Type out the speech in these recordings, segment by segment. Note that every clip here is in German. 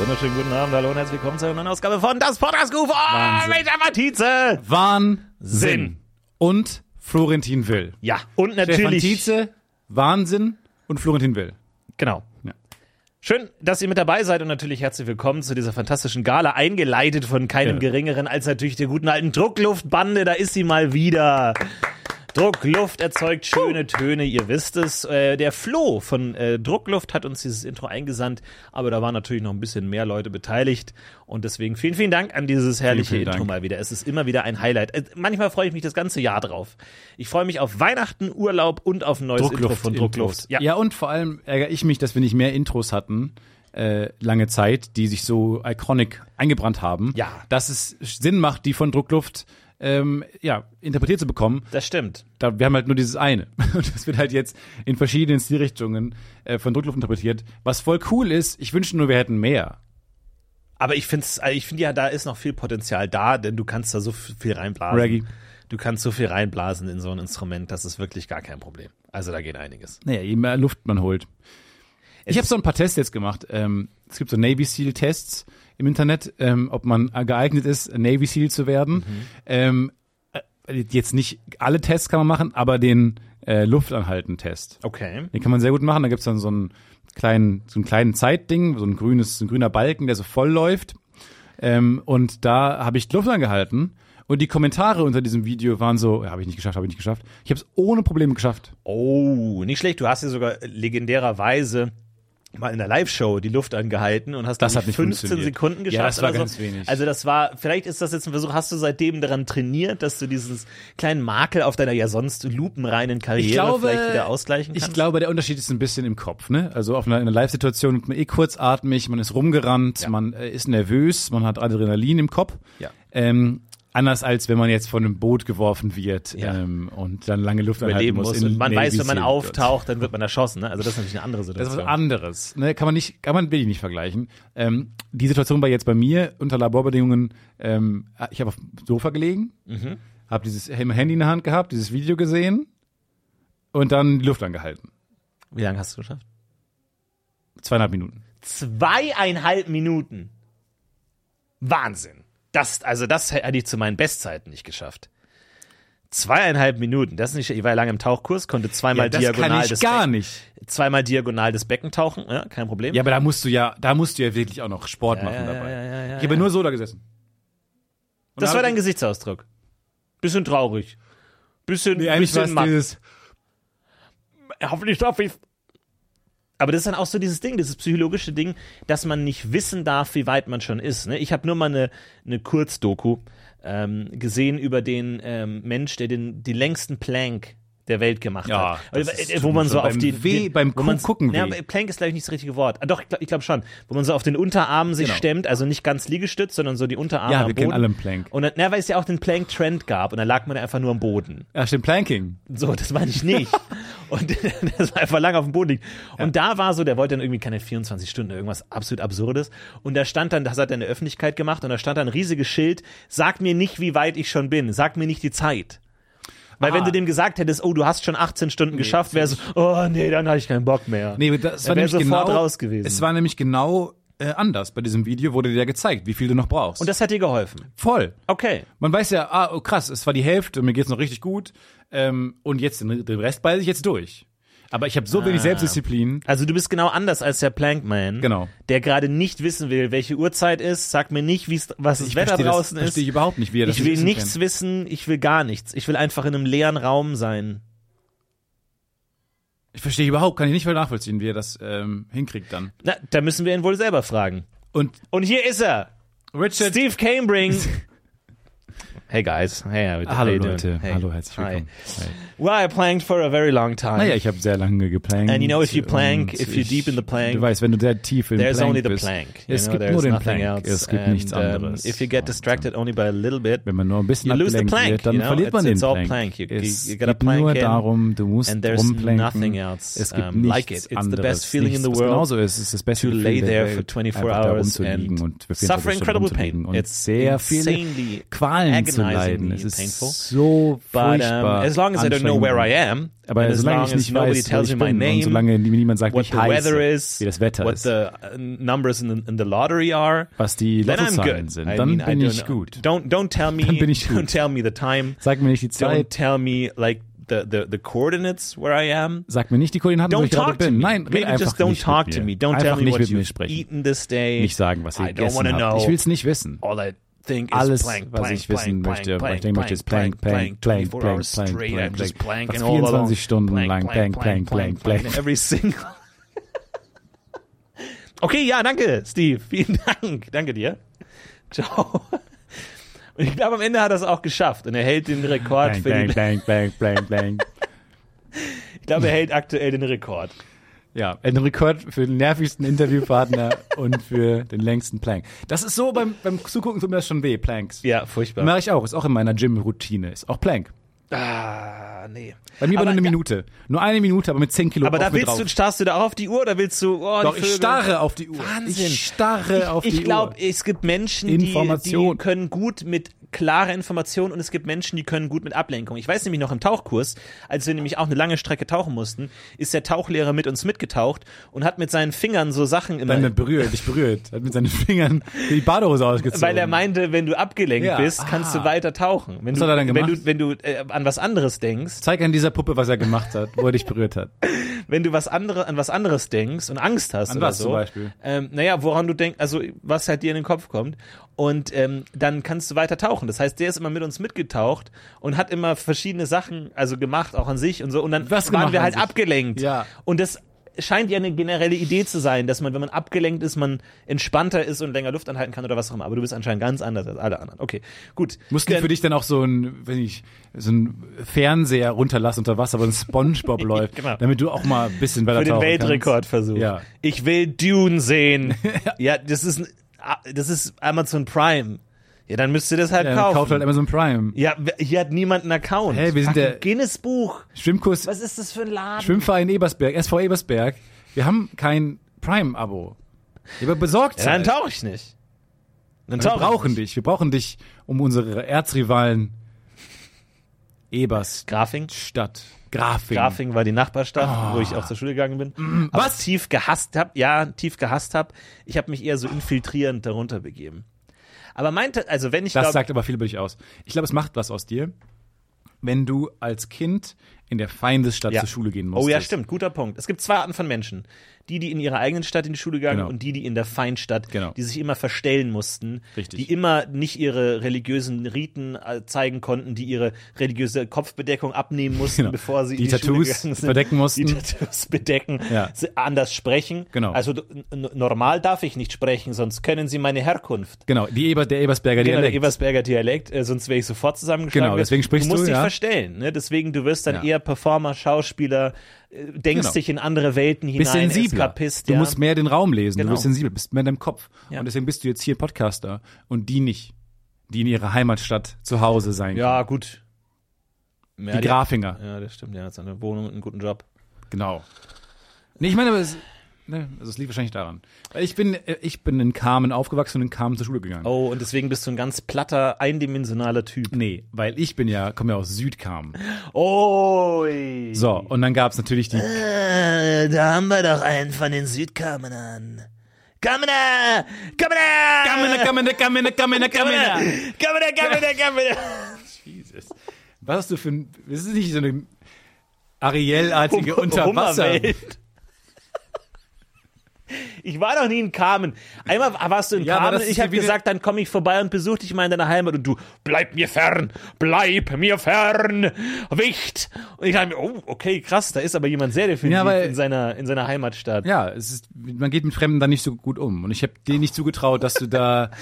Wunderschönen guten Abend, hallo und herzlich willkommen zu einer neuen Ausgabe von Das Podcast Goof. Oh, Wahnsinn. mit der Matize. Wahnsinn. Und Florentin Will. Ja, und Stefan natürlich. Tietze, Wahnsinn und Florentin Will. Genau. Ja. Schön, dass ihr mit dabei seid und natürlich herzlich willkommen zu dieser fantastischen Gala, eingeleitet von keinem Ja. Geringeren als natürlich der guten alten Druckluftbande. Da ist sie mal wieder. Druckluft erzeugt schöne Töne, ihr wisst es. Äh, der Flo von äh, Druckluft hat uns dieses Intro eingesandt, aber da waren natürlich noch ein bisschen mehr Leute beteiligt und deswegen vielen, vielen Dank an dieses herrliche vielen Intro Dank. mal wieder. Es ist immer wieder ein Highlight. Äh, manchmal freue ich mich das ganze Jahr drauf. Ich freue mich auf Weihnachten, Urlaub und auf ein neues Intro von Druckluft. Ja. und vor allem ärgere ich mich, dass wir nicht mehr Intros hatten, äh, lange Zeit, die sich so iconic eingebrannt haben. Ja. Dass es Sinn macht, die von Druckluft ähm, ja, interpretiert zu bekommen. das stimmt. Da, wir haben halt nur dieses eine. Und das wird halt jetzt in verschiedenen Stilrichtungen äh, von Druckluft interpretiert. Was voll cool ist, ich wünsche nur, wir hätten mehr. Aber ich finde ich find ja, da ist noch viel Potenzial da, denn du kannst da so f- viel reinblasen. Reggae. Du kannst so viel reinblasen in so ein Instrument, das ist wirklich gar kein Problem. Also da geht einiges. Naja, je mehr Luft man holt. ich habe so ein paar Tests jetzt gemacht. Ähm, es gibt so Navy SEAL-Tests im Internet, ähm, ob man geeignet ist, Navy SEAL zu werden. Ähm, äh, jetzt nicht alle Tests kann man machen, aber den äh, Luftanhalten-Test. Okay. Den kann man sehr gut machen. Da gibt's dann so einen kleinen, so einen kleinen Zeitding, so ein grünes, so ein grüner Balken, der so voll läuft. Ähm, und da habe ich die Luft angehalten. Und die Kommentare unter diesem Video waren so, ja, habe ich nicht geschafft, habe ich nicht geschafft. Ich habe es ohne Probleme geschafft. Oh, nicht schlecht. Du hast ja sogar legendärerweise mal in der Live-Show die Luft angehalten und hast Das dann hat nicht 15 funktioniert. Sekunden geschafft. Ja, das war oder ganz so. wenig. Also das war, vielleicht ist das jetzt ein Versuch, hast du seitdem daran trainiert, dass du dieses kleinen Makel auf deiner ja sonst lupenreinen Karriere vielleicht wieder ausgleichen kannst? Ich glaube, der Unterschied ist ein bisschen im Kopf, ne? Also auf einer, in einer Live-Situation ist man eh kurzatmig, man ist rumgerannt, man äh, ist nervös, man hat Adrenalin im Kopf. Ja. Ähm, anders als wenn man jetzt von einem Boot geworfen wird Ja. ähm, und dann lange Luft anhalten überleben halt muss. muss. in Und man weiß, Navy wenn man Seal. auftaucht, dann wird man erschossen. Ne? Also das ist natürlich eine andere Das ist Situation. was anderes. Ne? Kann man nicht, kann man wirklich nicht vergleichen. Ähm, die Situation war jetzt bei mir unter Laborbedingungen, ähm, ich habe auf dem Sofa gelegen, Mhm. habe dieses Handy in der Hand gehabt, dieses Video gesehen und dann die Luft angehalten. Wie lange hast du geschafft? Zweieinhalb Minuten. Zweieinhalb Minuten. Wahnsinn. Das, also das hätte ich zu meinen Bestzeiten nicht geschafft. Zweieinhalb Minuten. Das ist nicht, ich war ja lange im Tauchkurs, konnte zweimal das diagonal kann ich des gar Becken, nicht. zweimal diagonal des Becken tauchen, ja, kein Problem. Ja, aber da musst du ja, da musst du ja wirklich auch noch Sport machen ja, dabei. ja, ja, ja, ich habe nur so da gesessen. Und das da war hab dein ich- Gesichtsausdruck. Bisschen traurig. Bisschen, Nee, eigentlich war bisschen es matt. dieses. hoffentlich schaffe ich aber das ist dann auch so dieses Ding, dieses psychologische Ding, dass man nicht wissen darf, wie weit man schon ist. Ne? Ich habe nur mal eine, eine Kurzdoku ähm, gesehen über den ähm, Mensch, der den, die längsten Plank der Welt gemacht Ja, hat. das Äh, ist- wo man so beim auf die, Weh- den, beim wo man, Gucken Ja, weh. aber Plank ist glaube ich nicht das richtige Wort. Ah, doch, ich glaube ich glaub schon. Wo man so auf den Unterarmen sich Genau. stemmt, also nicht ganz liegestützt, sondern so die Unterarme Ja, am wir Boden. kennen alle einen Plank. und dann, na, weil es ja auch den Plank-Trend gab und da lag man einfach nur am Boden. Ach, stimmt, Planking. So, das meine ich nicht. Und das war einfach lange auf dem Boden liegt. Und da war so, der wollte dann irgendwie keine 24 Stunden, irgendwas absolut Absurdes. Und da stand dann, das hat er in der Öffentlichkeit gemacht, und da stand dann ein riesiges Schild, sag mir nicht, wie weit ich schon bin, sag mir nicht die Zeit. Weil wenn Ah. du dem gesagt hättest, oh, du hast schon 18 Stunden geschafft, wäre so, oh nee, dann hatte ich keinen Bock mehr. Nee, das Er war wär nämlich sofort genau, raus gewesen. Es war nämlich genau äh, anders. Bei diesem Video wurde dir ja gezeigt, wie viel du noch brauchst. und das hat dir geholfen. voll. Okay. Man weiß ja, ah, oh, krass, es war die Hälfte, mir geht's noch richtig gut. Ähm, und jetzt den, den Rest beiße ich jetzt durch. Aber ich habe so Ah. wenig Selbstdisziplin. Also du bist genau anders als der Plankman, Genau. der gerade nicht wissen will, welche Uhrzeit ist, sag mir nicht, wie's, was das Wetter verstehe das- draußen ist. Verstehe ich überhaupt nicht, wie er das ich will wissen nichts wissen, ich will gar nichts. Ich will einfach in einem leeren Raum sein. Ich verstehe überhaupt, kann ich nicht voll nachvollziehen, wie er das ähm, hinkriegt dann. Na, da müssen wir ihn wohl selber fragen. Und Und hier ist er, Richard. Steve Cambring. hey guys, hey, how you Hallo doing? Leute, Hey. hallo, herzlich Hi. willkommen. Hi. Well, I planked for a very long time. Naja, ich habe sehr lange geplankt. And you know, if you plank, und if you're ich- deep in the plank, Du weißt, wenn du sehr tief im There's Plank only the bist, plank. you Es know, gibt there's nur den nothing Plank, else. es gibt And, nichts um, anderes. also if you get distracted only by a little bit, Wenn man nur ein bisschen You lose the abgelenkt plank, wird, dann you know, verliert man it's- it's den all Plank. plank. You- es you- you gotta geht nur plank in darum, du musst and there's rumplanken. nothing else, es gibt um, nichts like it. It's the best anderes. feeling in nichts, the was world genauso ist. Es ist das beste to lay Gefühl der there Welt, for 24 einfach da hours rumzuliegen and und für 24 suffer Stunden incredible rumzuliegen pain. Und It's sehr viel insanely Qualen zu leiden. Es is ist painful. so But um, furchtbar. as long as I don't know where I anstrengend. am, Aber and as solange long ich as nicht nobody weiß, wo tells ich me bin my und name, solange nie- niemand sagt, wie what ich the weather heiße, is, wie das Wetter what ist, the uh, numbers in the, in the lottery are, was die then I'm Lottozahlen good. sind, I dann mean, I bin don't ich know. gut. Don't don't tell me. Dann bin ich Don't gut. tell me the time. Sag mir nicht die Don't Zeit, tell me like the the the coordinates where I am. sag mir nicht die Koordinaten, wo Don't ich gerade talk to bin. me. Nein, red Maybe einfach just don't nicht talk mit to mir. me. Don't einfach tell me nicht what mit mir you've sprechen. eaten this day. Nicht sagen, was ihr I don't gegessen wanna habt. Ich know. will's nicht wissen. all I think Alles, is blank, was blank, ich wissen blank, möchte, was blank, ich denken möchte, ist blank, blank, 24 blank, blank, hours blank, straight, blank, I'm just blank. blanking Fast all along. 24 Stunden Blank, lang, blank, blank, blank, blank. Every single. Okay, ja, danke, Steve. Vielen Dank. Danke dir. Ciao. Und ich glaube, am Ende hat er es auch geschafft und er hält den Rekord Blank, für den, blank, blank, blank, blank, blank. Ich glaube, er hält aktuell den Rekord. Ja, ein Rekord für den nervigsten Interviewpartner und für den längsten Plank. Das ist so, beim, beim Zugucken tut mir das schon weh, Planks. Ja, furchtbar. Mache ich auch, ist auch in meiner Gym-Routine, ist auch Plank. Ah, nee. Bei mir war Aber nur eine da- Minute. Nur eine Minute, aber mit 10 Kilo Aber auf da mir willst drauf. du, starrst du da auf die Uhr oder willst du, oh, Doch, die ich Vögel? starre auf die Uhr. Wahnsinn. Ich starre auf die ich glaube, Uhr. es gibt Menschen, die, die Information. können gut mit klarer Information und es gibt Menschen, die können gut mit Ablenkung. Ich weiß nämlich noch im Tauchkurs, als wir nämlich auch eine lange Strecke tauchen mussten, ist der Tauchlehrer mit uns mitgetaucht und hat mit seinen Fingern so Sachen immer. Dann berührt, dich berührt. Hat mit seinen Fingern die Badehose ausgezogen. weil er meinte, wenn du abgelenkt Ja, bist, kannst ah. du weiter tauchen. Wenn du, hat er dann wenn gemacht? du, wenn du äh, an was anderes denkst, Zeig an dieser Puppe, was er gemacht hat, wo er dich berührt hat. wenn du was andere, an was anderes denkst und Angst hast An oder was so. zum Beispiel? Ähm, naja, woran du denkst, also was halt dir in den Kopf kommt. Und ähm, dann kannst du weiter tauchen. Das heißt, der ist immer mit uns mitgetaucht und hat immer verschiedene Sachen also gemacht, auch an sich und so. Und dann Was waren gemacht wir an halt sich? abgelenkt. Ja. Und das scheint ja eine generelle Idee zu sein, dass man, wenn man abgelenkt ist, man entspannter ist und länger Luft anhalten kann oder was auch immer. Aber du bist anscheinend ganz anders als alle anderen. Okay, gut. Mussten Dann- für dich dann auch so ein, wenn ich, so ein Fernseher runterlassen unter Wasser, wo ein Spongebob läuft, Genau. damit du auch mal ein bisschen weiter für den tauchen Weltrekordversuch. Ja. Ich will Dune sehen. ja, das ist, ein- ah, das ist Amazon Prime. Ja, dann müsst ihr das halt Kannst. Ja, kaufen. kauft halt Amazon Prime. ja, wer- hier hat niemand einen Account. Hey, wir Fucking sind der- Guinness Buch. Schwimmkurs, Was ist das für ein Laden? Schwimmverein Ebersberg, SV Ebersberg. Wir haben kein Prime-Abo. Ja, Aber besorgt ja, dann seid. tauche ich nicht. Dann Wir tauche ich brauchen nicht. dich. Wir brauchen dich, um unsere Erzrivalen Ebersstadt, Grafing. Grafing. Grafing war die Nachbarstadt, wo ich auch zur Schule gegangen bin. Aber Ah. Mm, was? tief gehasst hab, ja, tief gehasst hab. Ich habe mich eher so infiltrierend darunter begeben. Aber meinte, also wenn ich Das glaub, sagt aber viel über dich aus. Ich glaube, es macht was aus dir, wenn du als Kind in der Feindesstadt Ja. zur Schule gehen musstest. Oh ja, stimmt, guter Punkt. Es gibt zwei Arten von Menschen. Die, die in ihrer eigenen Stadt in die Schule gegangen Genau. und die, die in der Feindstadt, Genau. die sich immer verstellen mussten, Richtig. die immer nicht ihre religiösen Riten äh, zeigen konnten, die ihre religiöse Kopfbedeckung abnehmen mussten, Genau. bevor sie Die in die Schule Tattoos gegangen sind. verdecken mussten. Die Tattoos bedecken, Ja. sie- anders sprechen. Genau. Also d- n- normal darf ich nicht sprechen, sonst können sie meine Herkunft. Genau, die Eber, der Ebersberger Genau, der Dialekt. Ebersberger Dialekt, äh, sonst wäre ich sofort zusammengeschlagen. Genau, deswegen sprichst du musst du, dich ja. verstellen. Ne? Deswegen, du wirst dann Ja. eher Performer, Schauspieler, äh, denkst Genau. dich in andere Welten hinein, bist sensibler. Eskapist. du ja. musst mehr den Raum lesen. Genau. Du bist sensibel, bist mehr in deinem Kopf. Ja. Und deswegen bist du jetzt hier Podcaster und die nicht, die in ihrer Heimatstadt zu Hause sein ja, gut. Ja, können. Die Grafinger. Ja, das stimmt. Der hat seine Wohnung und einen guten Job. Genau. Nee, ich meine, aber es, ne, also es liegt wahrscheinlich daran. Weil Ich bin, äh, ich bin in Carmen aufgewachsen und in Carmen zur Schule gegangen. Oh, und deswegen bist du ein ganz platter, eindimensionaler Typ. Nee, weil ich bin ja, komme ja aus Südkarmen. Oh, So, und dann gab's natürlich die, Äh, da haben wir doch einen von den Südkamenern. Kamener! Kamener! Kamene, Kamene, Kamene, Kamene, Kamene. Kamener, Kamener, Kamener! Jesus. Was hast du für ein, das ist nicht so eine Ariel-artige Unterwasser. Hummerwelt. Ich war noch nie in Carmen. Einmal warst du in Ja, aber Carmen, das ist ich ja habe wieder- gesagt, dann komme ich vorbei und besuche dich mal in deiner Heimat und du, bleib mir fern, bleib mir fern, Wicht. Und ich dachte mir, oh, okay, krass, da ist aber jemand sehr definitiv Ja, weil- in, seiner, in seiner Heimatstadt. Ja, es ist, man geht mit Fremden da nicht so gut um. Und ich habe dir nicht zugetraut, dass du da,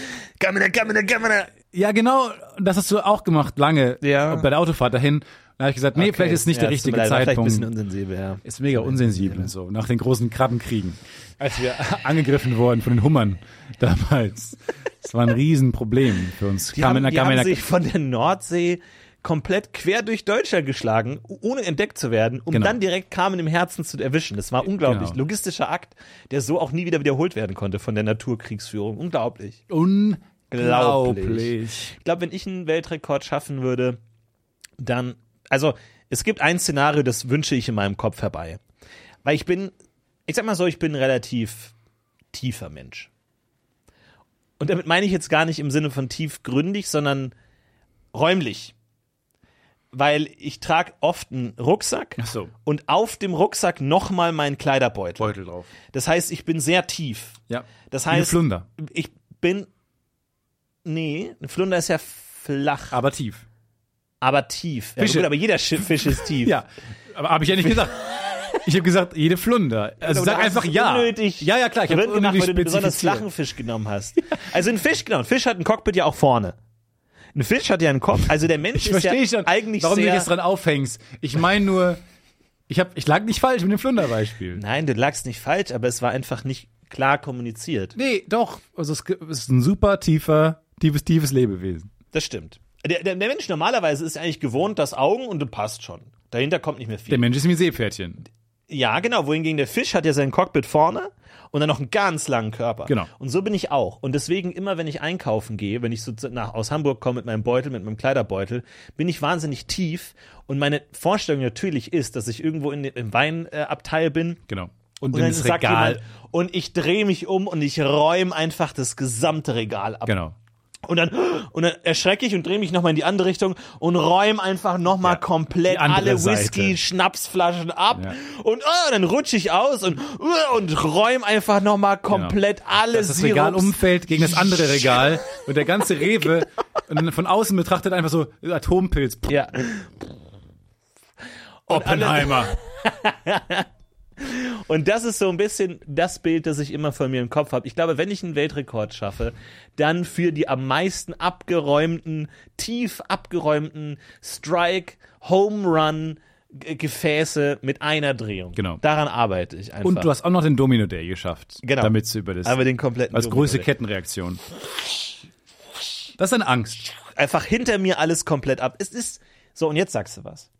Carmen, Carmen, Carmen. ja genau, das hast du auch gemacht, lange, Ja. bei der Autofahrt dahin. Da habe ich gesagt, nee, vielleicht ist nicht Ja, der es tut richtige mir leid, war Vielleicht ein Zeitpunkt. bisschen unsensibel, ja. Ist mega unsensibel und so, nach den großen Krabbenkriegen. Als wir angegriffen wurden von den Hummern damals. Das war ein Riesenproblem für uns. Die, haben, die haben sich von der Nordsee komplett quer durch Deutschland geschlagen, ohne entdeckt zu werden, um Genau. dann direkt Carmen im Herzen zu erwischen. Das war unglaublich. Genau. Logistischer Akt, der so auch nie wieder wiederholt werden konnte von der Naturkriegsführung. Unglaublich. Unglaublich. Ich glaube, wenn ich einen Weltrekord schaffen würde, dann, also es gibt ein Szenario, das wünsche ich in meinem Kopf herbei. Weil ich bin, ich sag mal so, ich bin ein relativ tiefer Mensch. Und damit meine ich jetzt gar nicht im Sinne von tiefgründig, sondern räumlich. Weil ich trage oft einen Rucksack Ach so. und auf dem Rucksack nochmal meinen Kleiderbeutel. Beutel drauf. Das heißt, ich bin sehr tief. Ja. Das Wie eine heißt, Flunder, ich bin. Nee, eine Flunder ist ja flach, aber tief. aber tief. Ja, Fische. gut, aber jeder Sch- Fisch ist tief. Ja, aber habe ich ja nicht gesagt. Ich habe gesagt, jede Flunder. Also sag du hast einfach es ja. Genau, Unnötig Ja, ja, klar. Ich verwirrend habe gemacht, irgendwie weil du einen besonders spezifiziert. flachen Fisch genommen hast. Also ein Fisch, genau. Ein Fisch hat ein Cockpit ja auch vorne. Ein Fisch hat ja einen Kopf. Also der Mensch Ich ist ja verstehe schon, eigentlich warum du sehr... dich jetzt dran aufhängst. Ich meine nur, ich, hab, ich lag nicht falsch mit dem Flunderbeispiel. Nein, du lagst nicht falsch, aber es war einfach nicht klar kommuniziert. Nee, doch. Also es ge- es ist ein super tiefer, tiefes, tiefes Lebewesen. Das stimmt. Der, der, der Mensch normalerweise ist eigentlich gewohnt, das Augen und du passt schon. Dahinter kommt nicht mehr viel. Der Mensch ist wie ein Seepferdchen. Ja, genau. Wohingegen der Fisch hat ja sein Cockpit vorne und dann noch einen ganz langen Körper. Genau. Und so bin ich auch. Und deswegen immer, wenn ich einkaufen gehe, wenn ich so zu- nach, aus Hamburg komme mit meinem Beutel, mit meinem Kleiderbeutel, bin ich wahnsinnig tief. Und meine Vorstellung natürlich ist, dass ich irgendwo in, den- im Weinabteil bin. Genau. Und Und, dann dann das sagt Regal. jemand, und ich drehe mich um und ich räume einfach das gesamte Regal ab. Genau. Und dann, und dann erschrecke ich und drehe mich nochmal in die andere Richtung und räume einfach nochmal Ja, die komplett andere alle Seite. Whisky-Schnapsflaschen ab. Ja. Und oh, dann rutsche ich aus und, oh, und räume einfach nochmal komplett alle Dass das Sirups. Regal umfällt gegen das andere Regal und der ganze Rewe und dann von außen betrachtet einfach so Atompilz. Pff, Ja. Und, alle, Oppenheimer. und das ist so ein bisschen das Bild, das ich immer von mir im Kopf habe. Ich glaube, wenn ich einen Weltrekord schaffe, dann für die am meisten abgeräumten, tief abgeräumten Strike, Home Run. G- Gefäße mit einer Drehung. Genau. Daran arbeite ich einfach. Und du hast auch noch den Domino Day geschafft. Genau. Damit du über das. Aber den kompletten. als Domino größte weg. Kettenreaktion. Das ist eine Angst. Einfach hinter mir alles komplett ab. Es ist. So, und jetzt sagst du was.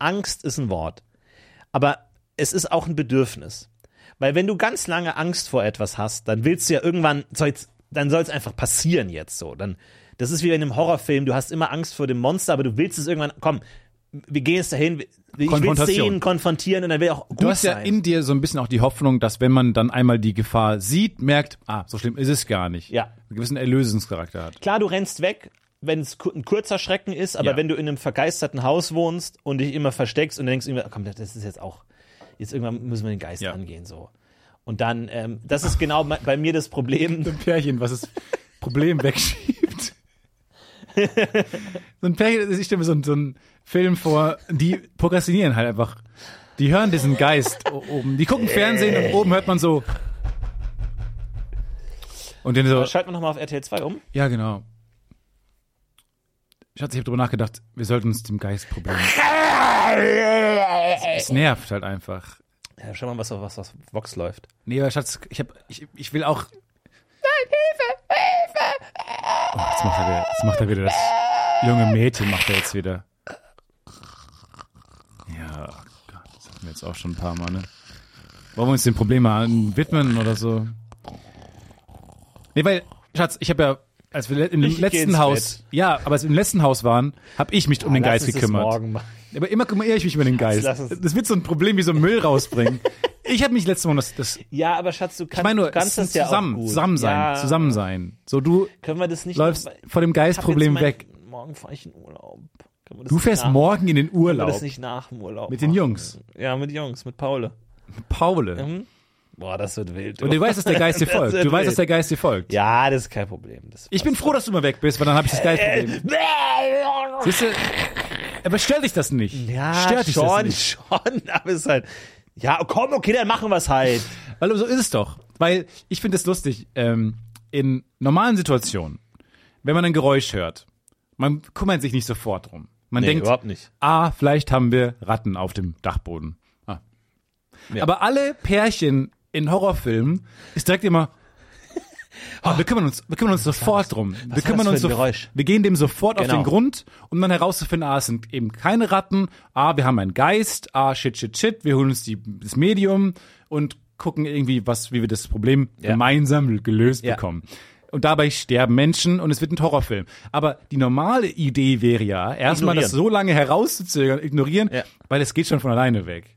Angst ist ein Wort. Aber es ist auch ein Bedürfnis. Weil wenn du ganz lange Angst vor etwas hast, dann willst du ja irgendwann, so jetzt, dann soll es einfach passieren jetzt so. Dann, das ist wie in einem Horrorfilm, du hast immer Angst vor dem Monster, aber du willst es irgendwann, komm, wir gehen jetzt dahin, ich will Konfrontation. sehen, konfrontieren und dann will auch gut Du hast ja sein. in dir so ein bisschen auch die Hoffnung, dass wenn man dann einmal die Gefahr sieht, merkt, ah, so schlimm ist es gar nicht. Ja. Einen gewissen Erlösungscharakter hat. Klar, du rennst weg, wenn es ku- ein kurzer Schrecken ist, aber Ja. wenn du in einem vergeisterten Haus wohnst und dich immer versteckst und denkst, irgendwann, komm, das ist jetzt auch, jetzt irgendwann müssen wir den Geist Ja. angehen, so. Und dann, ähm, das ist genau me- bei mir das Problem. Ein Pärchen, was das Problem wegschiebt. so ein Pärchen, ich stelle mir so, einen- so einen Film vor, die prokrastinieren halt einfach. Die hören diesen Geist o- oben. Die gucken Fernsehen und oben hört man so. Und dann so, Schalten wir nochmal auf RTL 2 um. Ja, genau. Schatz, ich habe drüber nachgedacht, wir sollten uns dem Geistproblem. es nervt halt einfach. Ja, schau mal, was auf was, was Vox läuft. Nee, aber Schatz, ich, hab, ich, ich will auch. Nein, Hilfe! Hilfe! Oh, jetzt, macht er wieder, jetzt macht er wieder das. Junge Mädchen macht er jetzt wieder. Ja, oh Gott, das hatten wir jetzt auch schon ein paar Mal, ne? Wollen wir uns dem Problem mal an- widmen oder so? Nee, weil, Schatz, ich habe ja, als wir le- im Ich geh letzten ins Haus, ja, aber als wir im letzten Haus waren, habe ich mich um den Lass Geist uns das gekümmert. Morgen machen. Aber immer kümmere ich mich über den Geist. lass uns- Das wird so ein Problem wie so Müll rausbringen. ich habe mich letztes Mal das, das Ja, aber Schatz, du kannst, ich meine nur, du kannst es das ist ja zusammen, auch gut. zusammen sein, ja, zusammen sein. So du Können wir das nicht läufst noch- weil- vor dem ich hab jetzt Geistproblem mein- weg. Morgen fahre ich in Urlaub. Können wir das Du nicht fährst nach, morgen in den Können wir Urlaub das nicht nach dem Urlaub mit den machen? Jungs, Ja, mit Jungs, mit Paule. mit Paule. Mhm. Boah, das wird wild. Oh. Und du weißt, dass der Geist dir Das folgt. wird Du weißt, dass wild. der Geist dir folgt. Ja, das ist kein Problem. Das Ich bin froh, dass du mal weg bist, weil dann habe ich das Äh. Geistproblem. Siehst du? Aber stört dich das nicht? ja, stört dich das schon, nicht? schon, aber es ist halt. Ja, komm, okay, dann machen wir es halt. Weil so ist es doch. Weil ich finde es lustig, ähm, in normalen Situationen, wenn man ein Geräusch hört, man kümmert sich nicht sofort drum. Man denkt, nicht. Ah, vielleicht haben wir Ratten auf dem Dachboden. Ah. Ja. Aber alle Pärchen in Horrorfilmen ist direkt immer. Oh, wir kümmern uns, wir kümmern uns sofort drum. wir das kümmern für uns ein so- Geräusch? Wir gehen dem sofort auf Genau. den Grund, um dann herauszufinden, ah, es sind eben keine Ratten, ah, wir haben einen Geist, ah, shit, shit, shit, wir holen uns die, das Medium und gucken irgendwie, was, wie wir das Problem Ja. gemeinsam gelöst Ja. bekommen. und dabei sterben Menschen und es wird ein Horrorfilm. Aber die normale Idee wäre ja, erstmal das so lange herauszuzögern, ignorieren, Ja. weil es geht schon von alleine weg.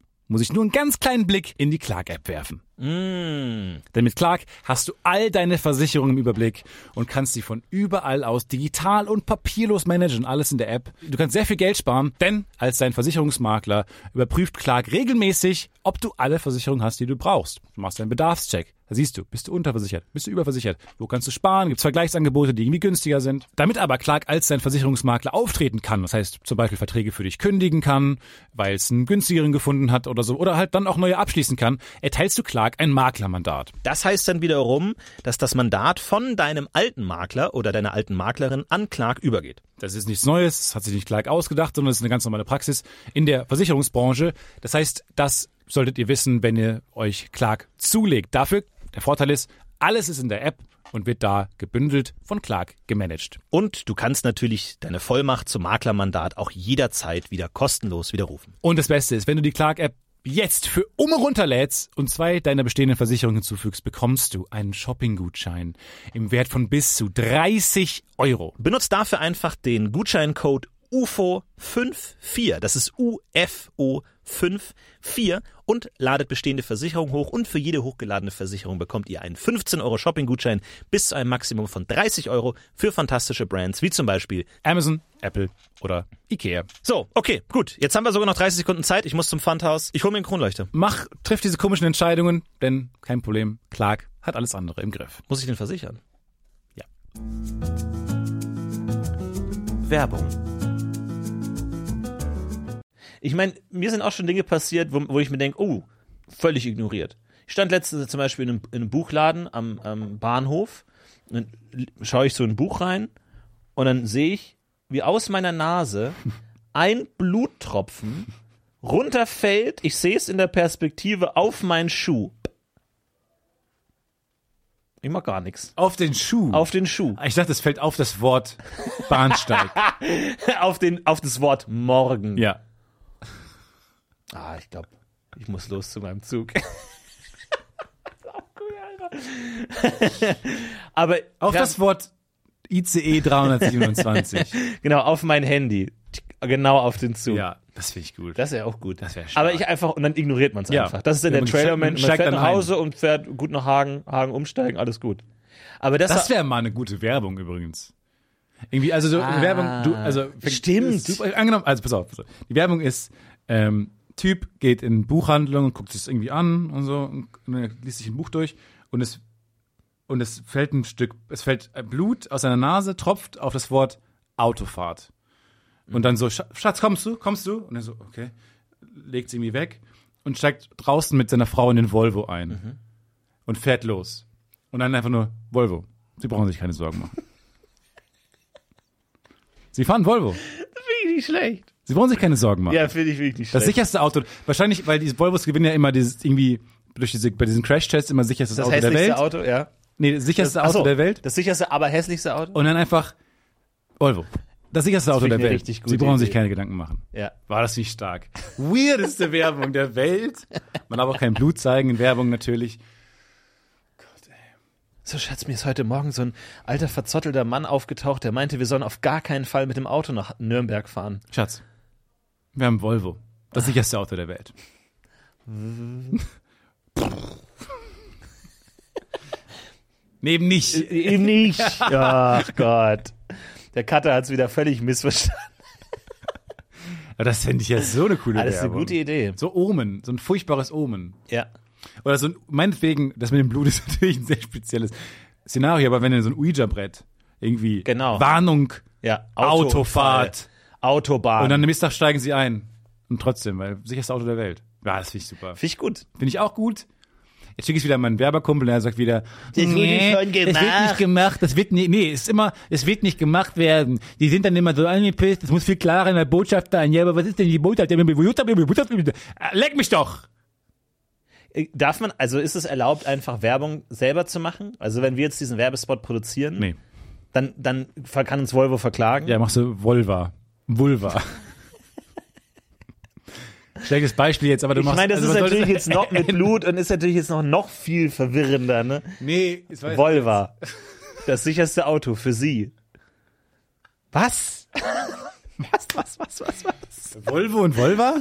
muss ich nur einen ganz kleinen Blick in die Clark-App werfen. Denn mit Clark hast du all deine Versicherungen im Überblick und kannst sie von überall aus digital und papierlos managen, alles in der App. Du kannst sehr viel Geld sparen, denn als dein Versicherungsmakler überprüft Clark regelmäßig, ob du alle Versicherungen hast, die du brauchst. Du machst einen Bedarfscheck. Da siehst du, bist du unterversichert, bist du überversichert, wo kannst du sparen, gibt es Vergleichsangebote, die irgendwie günstiger sind. Damit aber Clark als dein Versicherungsmakler auftreten kann, das heißt zum Beispiel Verträge für dich kündigen kann, weil es einen günstigeren gefunden hat oder so, oder halt dann auch neue abschließen kann, erteilst du Clark ein Maklermandat. Das heißt dann wiederum, dass das Mandat von deinem alten Makler oder deiner alten Maklerin an Clark übergeht. Das ist nichts Neues, das hat sich nicht Clark ausgedacht, sondern das ist eine ganz normale Praxis in der Versicherungsbranche. Das heißt, das solltet ihr wissen, wenn ihr euch Clark zulegt. Dafür, der Vorteil ist, alles ist in der App und wird da gebündelt von Clark gemanagt. Und du kannst natürlich deine Vollmacht zum Maklermandat auch jederzeit wieder kostenlos widerrufen. Und das Beste ist, wenn du die Clark-App jetzt für um runterlädst und zwei deiner bestehenden Versicherungen hinzufügst, bekommst du einen Shopping-Gutschein im Wert von bis zu 30 Euro. Benutzt dafür einfach den Gutscheincode UFO54, das ist UFO54 und ladet bestehende Versicherungen hoch und für jede hochgeladene Versicherung bekommt ihr einen 15 Euro Shopping-Gutschein bis zu einem Maximum von 30 Euro für fantastische Brands wie zum Beispiel Amazon, Apple oder Ikea. So, okay, gut. Jetzt haben wir sogar noch 30 Sekunden Zeit. Ich muss zum Pfandhaus. Ich hole mir einen Kronleuchter. mach, triff diese komischen Entscheidungen, denn kein Problem, Clark hat alles andere im Griff. Muss ich den versichern? Werbung. Ich meine, mir sind auch schon Dinge passiert, wo, wo ich mir denke, oh, völlig ignoriert. Ich stand letztens zum Beispiel in einem, in einem Buchladen am, am Bahnhof. Und Dann schaue ich so ein Buch rein und dann sehe ich, wie aus meiner Nase ein Bluttropfen runterfällt. Ich sehe es in der Perspektive auf meinen Schuh. Ich mag gar nichts. Auf den Schuh. Auf den Schuh. ich dachte, es fällt auf das Wort Bahnsteig. auf, den, auf das Wort morgen. ja. Ah, ich glaube, ich muss los zu meinem Zug. Auch cool, Alter. Aber Auf ja, das Wort E ICE 327. genau, auf mein Handy. Genau auf den Zug. ja, das finde ich gut. Das wäre auch gut. Das wär stark. Aber ich einfach, und dann ignoriert man es Ja. einfach. Das ist dann der Ja, man Trailer, steigt- man, man man fährt steigt dann nach ein. Hause und fährt gut nach Hagen, Hagen umsteigen, alles gut. Aber das, Das wäre mal eine gute Werbung übrigens. Irgendwie, also so eine Werbung, du, also stimmt. ist Super, angenommen, also pass auf, pass auf. Die Werbung ist, ähm, Typ geht in Buchhandlung und guckt sich das irgendwie an und so, und dann liest sich ein Buch durch und es und es fällt ein Stück, es fällt Blut aus seiner Nase, tropft auf das Wort Autofahrt. Und dann so, Sch- Schatz, kommst du, kommst du? Und er so, okay, legt sie irgendwie weg und steigt draußen mit seiner Frau in den Volvo ein und fährt los. Und dann einfach nur Volvo. Sie brauchen sich keine Sorgen machen. Sie fahren Volvo. finde ich schlecht. Sie brauchen sich keine Sorgen machen. Ja, finde ich wirklich schlecht. Das sicherste Auto, wahrscheinlich, weil diese Volvos gewinnen ja immer dieses irgendwie durch diese, bei diesen Crash-Tests immer sicherstes das Auto der hässlichste Welt. Auto, ja. Nee, das sicherste Ach so, Auto der Welt. Das sicherste, aber hässlichste Auto? Und dann einfach Volvo. Das sicherste Auto finde der ich eine Welt. richtig gute Sie brauchen sich Idee. keine Gedanken machen. Ja. War das nicht stark? Weirdeste Werbung der Welt. Man darf auch kein Blut zeigen in Werbung natürlich. So, Schatz, mir ist heute Morgen so ein alter, verzottelter Mann aufgetaucht, der meinte, wir sollen auf gar keinen Fall mit dem Auto nach Nürnberg fahren. Schatz, wir haben Volvo. Das sicherste Auto der Welt. Neben nicht. Eben nicht. Ach Gott. Der Cutter hat es wieder völlig missverstanden. Aber das fände ich ja so eine coole Das ist eine Werbung. gute Idee. So Omen, so ein furchtbares Omen. Ja. Oder so ein, meinetwegen, das mit dem Blut ist natürlich ein sehr spezielles Szenario, aber wenn ihr so ein Ouija-Brett irgendwie Genau. Warnung, Ja. Autofahrt Autobahn. und dann am nächsten Tag steigen sie ein. Und trotzdem, weil sicherste Auto der Welt. Ja, das finde ich super. Finde ich gut. Finde ich auch gut. Jetzt schicke ich wieder meinen Werberkumpel und er sagt wieder, Das wurde nee, schon das wird nicht gemacht." gemacht, das wird nicht, nee, es ist immer, es wird nicht gemacht werden. Die sind dann immer so angepisst, es muss viel klarer in der Botschaft sein. Ja, aber was ist denn die Botschaft? Ja, Botschaft, Botschaft, Botschaft. Äh, Leck mich doch! Äh, Darf man, also ist es erlaubt, einfach Werbung selber zu machen? Also wenn wir jetzt diesen Werbespot produzieren, Nee. dann, dann ver- kann uns Volvo verklagen. Ja, machst du Vulva. Vulva. Schlechtes Beispiel jetzt, aber du Ich machst. meine, das also ist was soll natürlich jetzt noch mit Blut und ist natürlich jetzt noch, noch viel verwirrender, ne? Nee, es war Volva. Das sicherste Auto für sie. Was? Was, was, was, was, was? Volvo und Volva?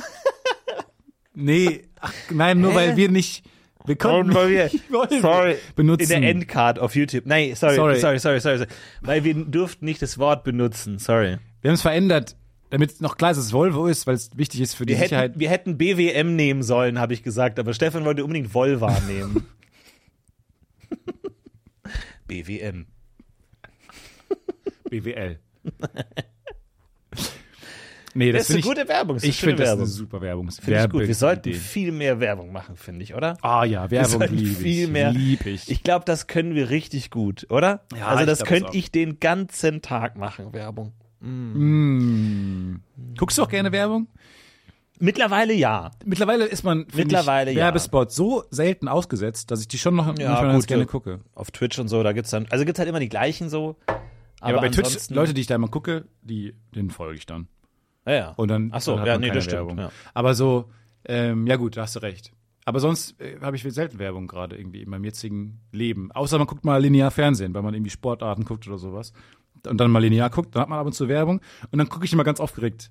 Nee, ach, nein, nur weil wir nicht. Wir konnten Und weil wir- nicht Volvo Sorry. benutzen. In der Endcard auf YouTube. Nein, sorry, Sorry. sorry, sorry, sorry, sorry. Weil wir durften nicht das Wort benutzen, sorry. wir haben es verändert, damit noch klar ist, dass es Volvo ist, weil es wichtig ist für die Wir Sicherheit. hätten, wir hätten BWM nehmen sollen, habe ich gesagt, aber Stefan wollte unbedingt Volva nehmen. BWM. BWL. nee, das, Das, ist eine finde ich. gute Werbung. Das ist Ich eine schöne finde das Werbung. eine super Werbung. Finde ich gut. Wir sollten viel mehr Werbung machen, finde ich, oder? Ah ja, Wir Werbung sollten liebe ich. halt viel mehr. Lieb ich. Ich glaube, das können wir richtig gut, oder? Ja, also ich das glaub, könnte das auch. ich den ganzen Tag machen, Werbung. Mm. Guckst du auch gerne Werbung? Mittlerweile ja. Mittlerweile ist man finde Mittlerweile, ich, ja. Werbespot so selten ausgesetzt, dass ich die schon noch manchmal ganz gut, gerne so. gucke. Auf Twitch und so, da gibt's dann, also gibt's halt immer die gleichen so. Ja, Aber, aber bei Twitch, ansonsten- Leute, die ich da immer gucke, die, denen folge ich dann. ja, ja. Und dann, Ach so, dann hat ja, man nee, keine das stimmt. Werbung. Ja. Aber so, ähm, ja gut, da hast du recht. Aber sonst äh, habe ich selten Werbung gerade irgendwie in meinem jetzigen Leben. Außer man guckt mal linear Fernsehen, weil man irgendwie Sportarten guckt oder sowas. Und dann mal linear guckt, dann hat man ab und zu Werbung. Und dann gucke ich immer ganz aufgeregt.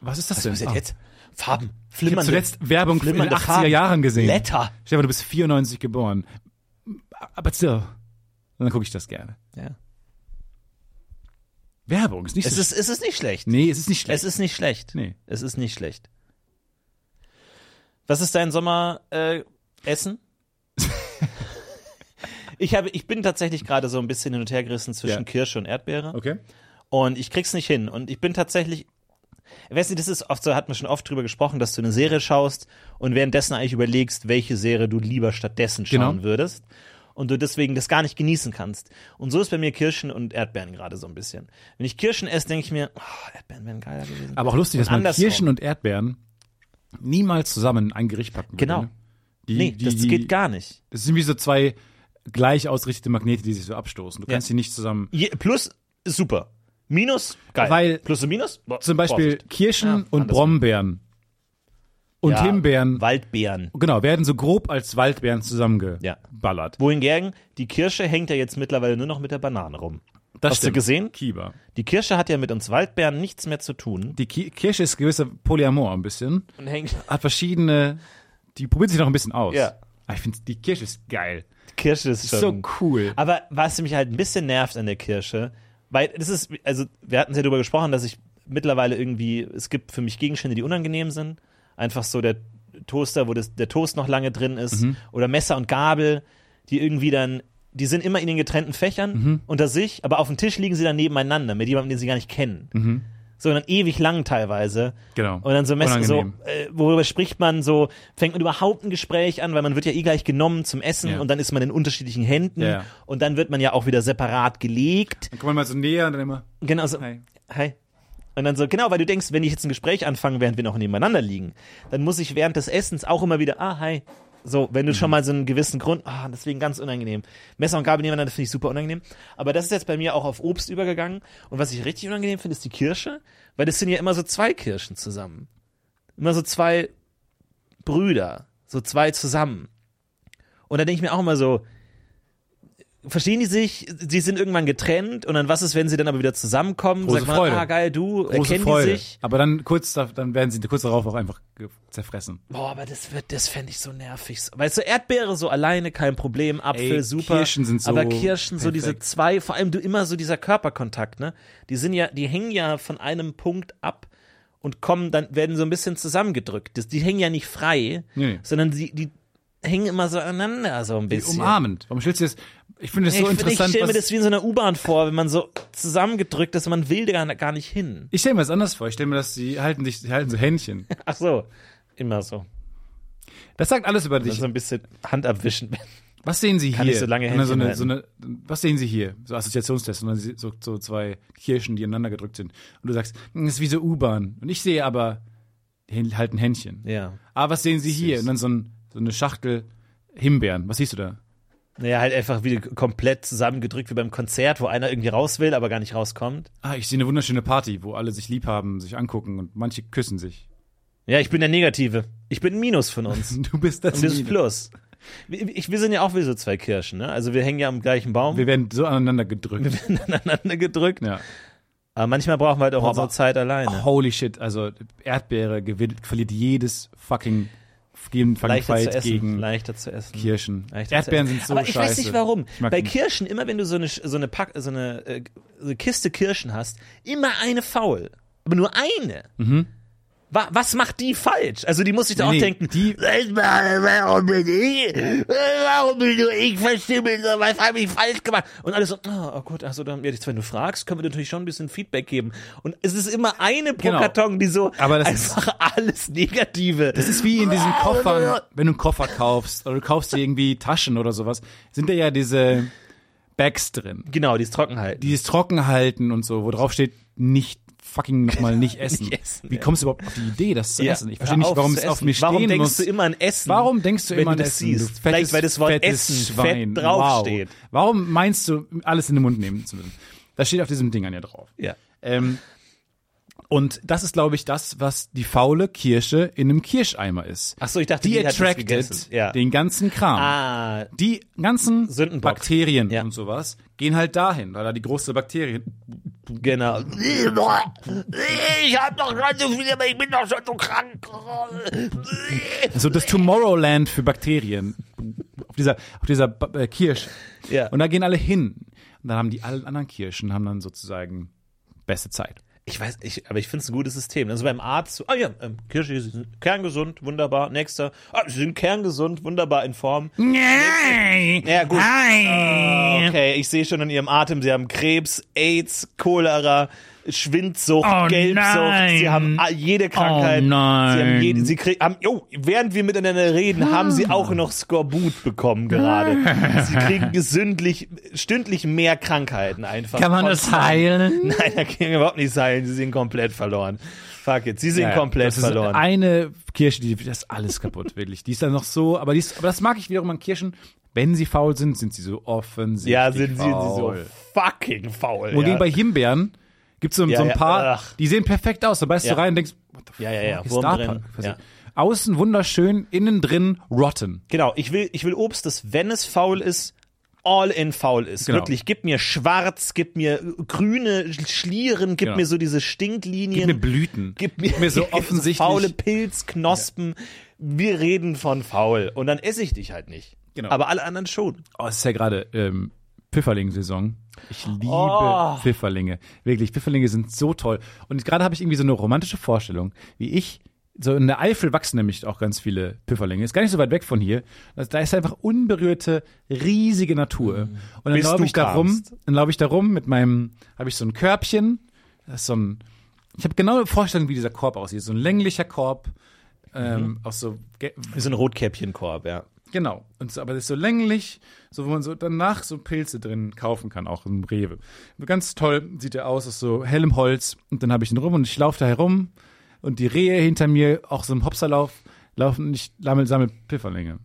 Was ist das denn? Was ist Ah. denn jetzt? Farben, Ich habe flimmernde, zuletzt Werbung in den flimmernde 80er Jahren gesehen. Blätter. Stefan, du bist 94 geboren. Aber still. Und dann gucke ich das gerne. Ja. Werbung ist nicht Es so ist, es ist nicht schlecht. sch- Nee, es ist nicht schlecht. Es ist nicht schlecht. Nee. Es ist nicht schlecht. Was ist dein Sommeressen? Äh, Essen? ich, habe, ich bin tatsächlich gerade so ein bisschen hin und her gerissen zwischen Ja. Kirsche und Erdbeere. okay. Und ich krieg's nicht hin. Und ich bin tatsächlich. Weißt du, das ist oft so, hat man schon oft drüber gesprochen, dass du eine Serie schaust und währenddessen eigentlich überlegst, welche Serie du lieber stattdessen schauen Genau. würdest. Und du deswegen das gar nicht genießen kannst. Und so ist bei mir Kirschen und Erdbeeren gerade so ein bisschen. Wenn ich Kirschen esse, denke ich mir, oh, Erdbeeren wären geiler gewesen. Aber auch lustig, dass man andersrum. Kirschen und Erdbeeren niemals zusammen in ein Gericht packen würde, Genau. ne? Die, nee, die, das die, geht gar nicht. Das sind wie so zwei gleich ausgerichtete Magnete, die sich so abstoßen. Du Ja. kannst die nicht zusammen. Je, plus ist super. Minus, geil. Weil- plus und Minus? Boah, Zum Beispiel Vorsicht. Kirschen Ja, und andersrum. Brombeeren und Ja, Himbeeren, Waldbeeren. genau, werden so grob als Waldbeeren Ja. zusammengeballert. Wohingegen, die Kirsche hängt ja jetzt mittlerweile nur noch mit der Banane rum. Das Hast du stimmt. gesehen? Kiba. Die Kirsche hat ja mit uns Waldbeeren nichts mehr zu tun. Die Ki Kirsche ist gewisse Polyamor ein bisschen. Und hängt Hat verschiedene. Die probiert sich noch ein bisschen aus. Ja. Aber ich finde, die Kirsche ist geil. Kirsche ist schon. So cool. Aber was mich halt ein bisschen nervt an der Kirsche, weil das ist, also wir hatten ja darüber gesprochen, dass ich mittlerweile irgendwie, es gibt für mich Gegenstände, die unangenehm sind. Einfach so der Toaster, wo das, der Toast noch lange drin ist, oder Messer und Gabel, die irgendwie dann, die sind immer in den getrennten Fächern unter sich, aber auf dem Tisch liegen sie dann nebeneinander mit jemandem, den sie gar nicht kennen. So dann ewig lang teilweise. Genau. Und dann so Messen, so, Unangenehm. äh, worüber spricht man so, fängt man überhaupt ein Gespräch an, weil man wird ja eh gleich genommen zum Essen Ja. und dann ist man in unterschiedlichen Händen Ja. und dann wird man ja auch wieder separat gelegt. Dann kommt man mal so näher und dann immer. Genau so, hi. Hi. Und dann so, genau, weil du denkst, wenn ich jetzt ein Gespräch anfange, während wir noch nebeneinander liegen, dann muss ich während des Essens auch immer wieder, ah, hi. So, wenn du Mhm. schon mal so einen gewissen Grund, ah, deswegen ganz unangenehm. Messer und Gabel nebeneinander finde ich super unangenehm. Aber das ist jetzt bei mir auch auf Obst übergegangen. Und was ich richtig unangenehm finde, ist die Kirsche, weil das sind ja immer so zwei Kirschen zusammen. Immer so zwei Brüder, so zwei zusammen. Und da denke ich mir auch immer so, verstehen die sich, sie sind irgendwann getrennt und dann was ist, wenn sie dann aber wieder zusammenkommen? Große Sagt man, Freude. ah geil, du, Große erkennen Freude. die sich? Aber dann kurz, da- dann werden sie kurz darauf auch einfach ge- zerfressen. Boah, aber das wird, das fände ich so nervig. Weißt du, Erdbeere so alleine kein Problem, Apfel Ey, super. Kirschen sind so Aber Kirschen, so diese perfekt. zwei, vor allem du immer so dieser Körperkontakt, ne? Die sind ja, die hängen ja von einem Punkt ab und kommen dann, werden so ein bisschen zusammengedrückt. Das, die hängen ja nicht frei, Nee. sondern die, die hängen immer so aneinander, so ein bisschen. Umarmend. Warum stellst du das? Ich finde das so ich find, ich interessant. stelle mir was- das wie in so einer U-Bahn vor, wenn man so zusammengedrückt ist und man will da gar nicht hin. ich stelle mir das anders vor. Ich stelle mir das, die halten sich, die halten so Händchen. Ach so, immer so. Das sagt alles über Dann dich. so ein bisschen Hand abwischen. Was sehen Sie Kann hier? ich so lange Und dann so eine, so Händchen eine, was sehen Sie hier? So Assoziationstests und dann sie- so, so zwei Kirschen, die aneinander gedrückt sind. Und du sagst, "Hm, das ist wie so U-Bahn. Und ich sehe aber Hä- halt ein Händchen. Ja. Ah, was sehen Sie hier? Süß. Und dann so, ein, so eine Schachtel Himbeeren. Was siehst du da? Naja, halt einfach wieder komplett zusammengedrückt wie beim Konzert, wo einer irgendwie raus will, aber gar nicht rauskommt. Ah, ich sehe eine wunderschöne Party, wo alle sich lieb haben, sich angucken und manche küssen sich. Ja, ich bin der Negative. Ich bin ein Minus von uns. Du bist das. Und das ist Mine. Plus. Wir- Ich, wir sind ja auch wie so zwei Kirschen, ne? Also wir hängen ja am gleichen Baum, Wir wir werden so aneinander gedrückt. werden aneinander gedrückt. ja. Aber manchmal brauchen wir halt auch Boah, unsere aber- Zeit alleine. Holy shit, also Erdbeere gewinnt, verliert jedes fucking, jeden fucking leichter zu Fight essen. gegen leichter zu essen. Kirschen. Leichter Erdbeeren zu sind essen. so Aber ich scheiße. weiß nicht warum. Ich mag Bei die nicht. Kirschen, immer wenn du so eine, so eine, Pack, so eine, äh, so eine Kiste Kirschen hast, immer eine faul. Aber nur eine. Wa- Was macht die falsch? Also die muss sich da Mhm. Nee, auch nee, denken, die- "Weiß mal, warum bin ich? Warum bin nur ich verstimmelt? Was habe ich falsch gemacht? Und alles so, oh, oh gut, also dann, ja, jetzt, wenn du fragst, können wir natürlich schon ein bisschen Feedback geben. Und es ist immer eine pro Genau. Karton, die so Aber das ist- einfach alles Negative. Das ist wie in diesen Koffern, Ah. wenn du einen Koffer kaufst oder du kaufst dir irgendwie Taschen oder sowas, sind da ja diese Bags drin, genau, die ist Trockenheit. die es trocken halten und so, wo drauf steht, nicht fucking nochmal nicht essen. Nicht essen, wie ja. kommst du überhaupt auf die Idee, das zu Ja. essen? Ich verstehe Hör nicht, warum zu es auf essen. mir stehen Warum denkst muss. du immer an Essen? Warum denkst du wenn immer du an das Essen? Siehst? Du Vielleicht, weil das Wort fettes Essen Schwein. fett draufsteht. Wow. Warum meinst du, alles in den Mund nehmen zu müssen? Das steht auf diesem Ding an ja drauf. Ja. Ähm, und das ist, glaube ich, das, was die faule Kirsche in einem Kirscheimer ist. Ach so, ich dachte, die, die hat das attracted gegessen. Ja. den ganzen Kram. Ah, Die ganzen Sündenbock. Bakterien Ja. und sowas gehen halt dahin, weil da die große Bakterien. genau. Ich hab doch gerade so viel, aber ich bin doch schon so krank. So das Tomorrowland für Bakterien. Auf dieser, auf dieser Ba- äh, Kirsch. Ja. Und da gehen alle hin. Und dann haben die alle anderen Kirschen, haben dann sozusagen beste Zeit. Ich weiß, ich, aber ich finde es ein gutes System. Also beim Arzt, so, ah ja, ähm, Kirsche, Sie sind kerngesund, wunderbar. Nächster, ah, Sie sind kerngesund, wunderbar in Form. Hm. Ja, gut. Äh, Ah, okay, ich sehe schon in Ihrem Atem, Sie haben Krebs, AIDS, Cholera, Schwindsucht, Oh Gelbsucht. Sie nein. haben a- jede Krankheit. Oh Sie haben, nein. jede, Sie krieg, haben oh, während wir miteinander reden, haben Sie auch noch Skorbut bekommen gerade. Sie kriegen gesündlich, stündlich mehr Krankheiten einfach. Konstant. heilen? Nein, da kann überhaupt nicht sein. Sie sind komplett verloren. Fuck it, Sie sind Ja, ja. komplett das ist verloren. Eine Kirsche, die das ist alles kaputt, wirklich. Die ist dann noch so, aber, die ist, aber das mag ich wiederum an Kirschen. Wenn sie faul sind, sind sie so offensichtlich. ja, sind Sie, sind Sie so faul. fucking faul. Wohingegen ja. bei Himbeeren gibt es so, Ja, so ein ja, paar, ach. die sehen perfekt aus. Da beißt Ja. du rein und denkst, what the Ja, ja, ja, fuck ist Wurm da drin, passiert? ja. Außen wunderschön, innen drin rotten. Genau, ich will, ich will Obst, das, wenn es faul ist, all in faul ist. Genau. Wirklich, gib mir schwarz, gib mir grüne Schlieren, gib Genau. mir so diese Stinklinien. Gib mir Blüten. Gib mir, so offensichtlich- faule Pilzknospen. Wir reden von faul. Und dann esse ich dich halt nicht. Genau. Aber alle anderen schon. Oh, es ist ja gerade ähm, Pfifferling-Saison. Ich liebe Oh. Pfifferlinge. Wirklich, Pfifferlinge sind so toll. Und gerade habe ich irgendwie so eine romantische Vorstellung, wie ich. So in der Eifel wachsen nämlich auch ganz viele Pfifferlinge. Ist gar nicht so weit weg von hier. Das- Da ist einfach unberührte, riesige Natur. Und dann Mhm. Bis laufe du ich da rum, kamst. dann laufe ich da rum mit meinem, habe ich so ein Körbchen. Das ist so ein, ich habe genau eine Vorstellung, wie dieser Korb aussieht. So ein länglicher Korb, Mhm. ähm, aus so ge- Wir sind Rotkäppchenkorb, ja. Genau. Und so, aber das ist so länglich, so wo man so danach so Pilze drin kaufen kann, auch im Rewe. Ganz toll sieht er aus, aus so hellem Holz. Und dann habe ich ihn rum und ich laufe da herum und die Rehe hinter mir, auch so im Hopserlauf, laufen und ich sammel, sammel Pfifferlinge.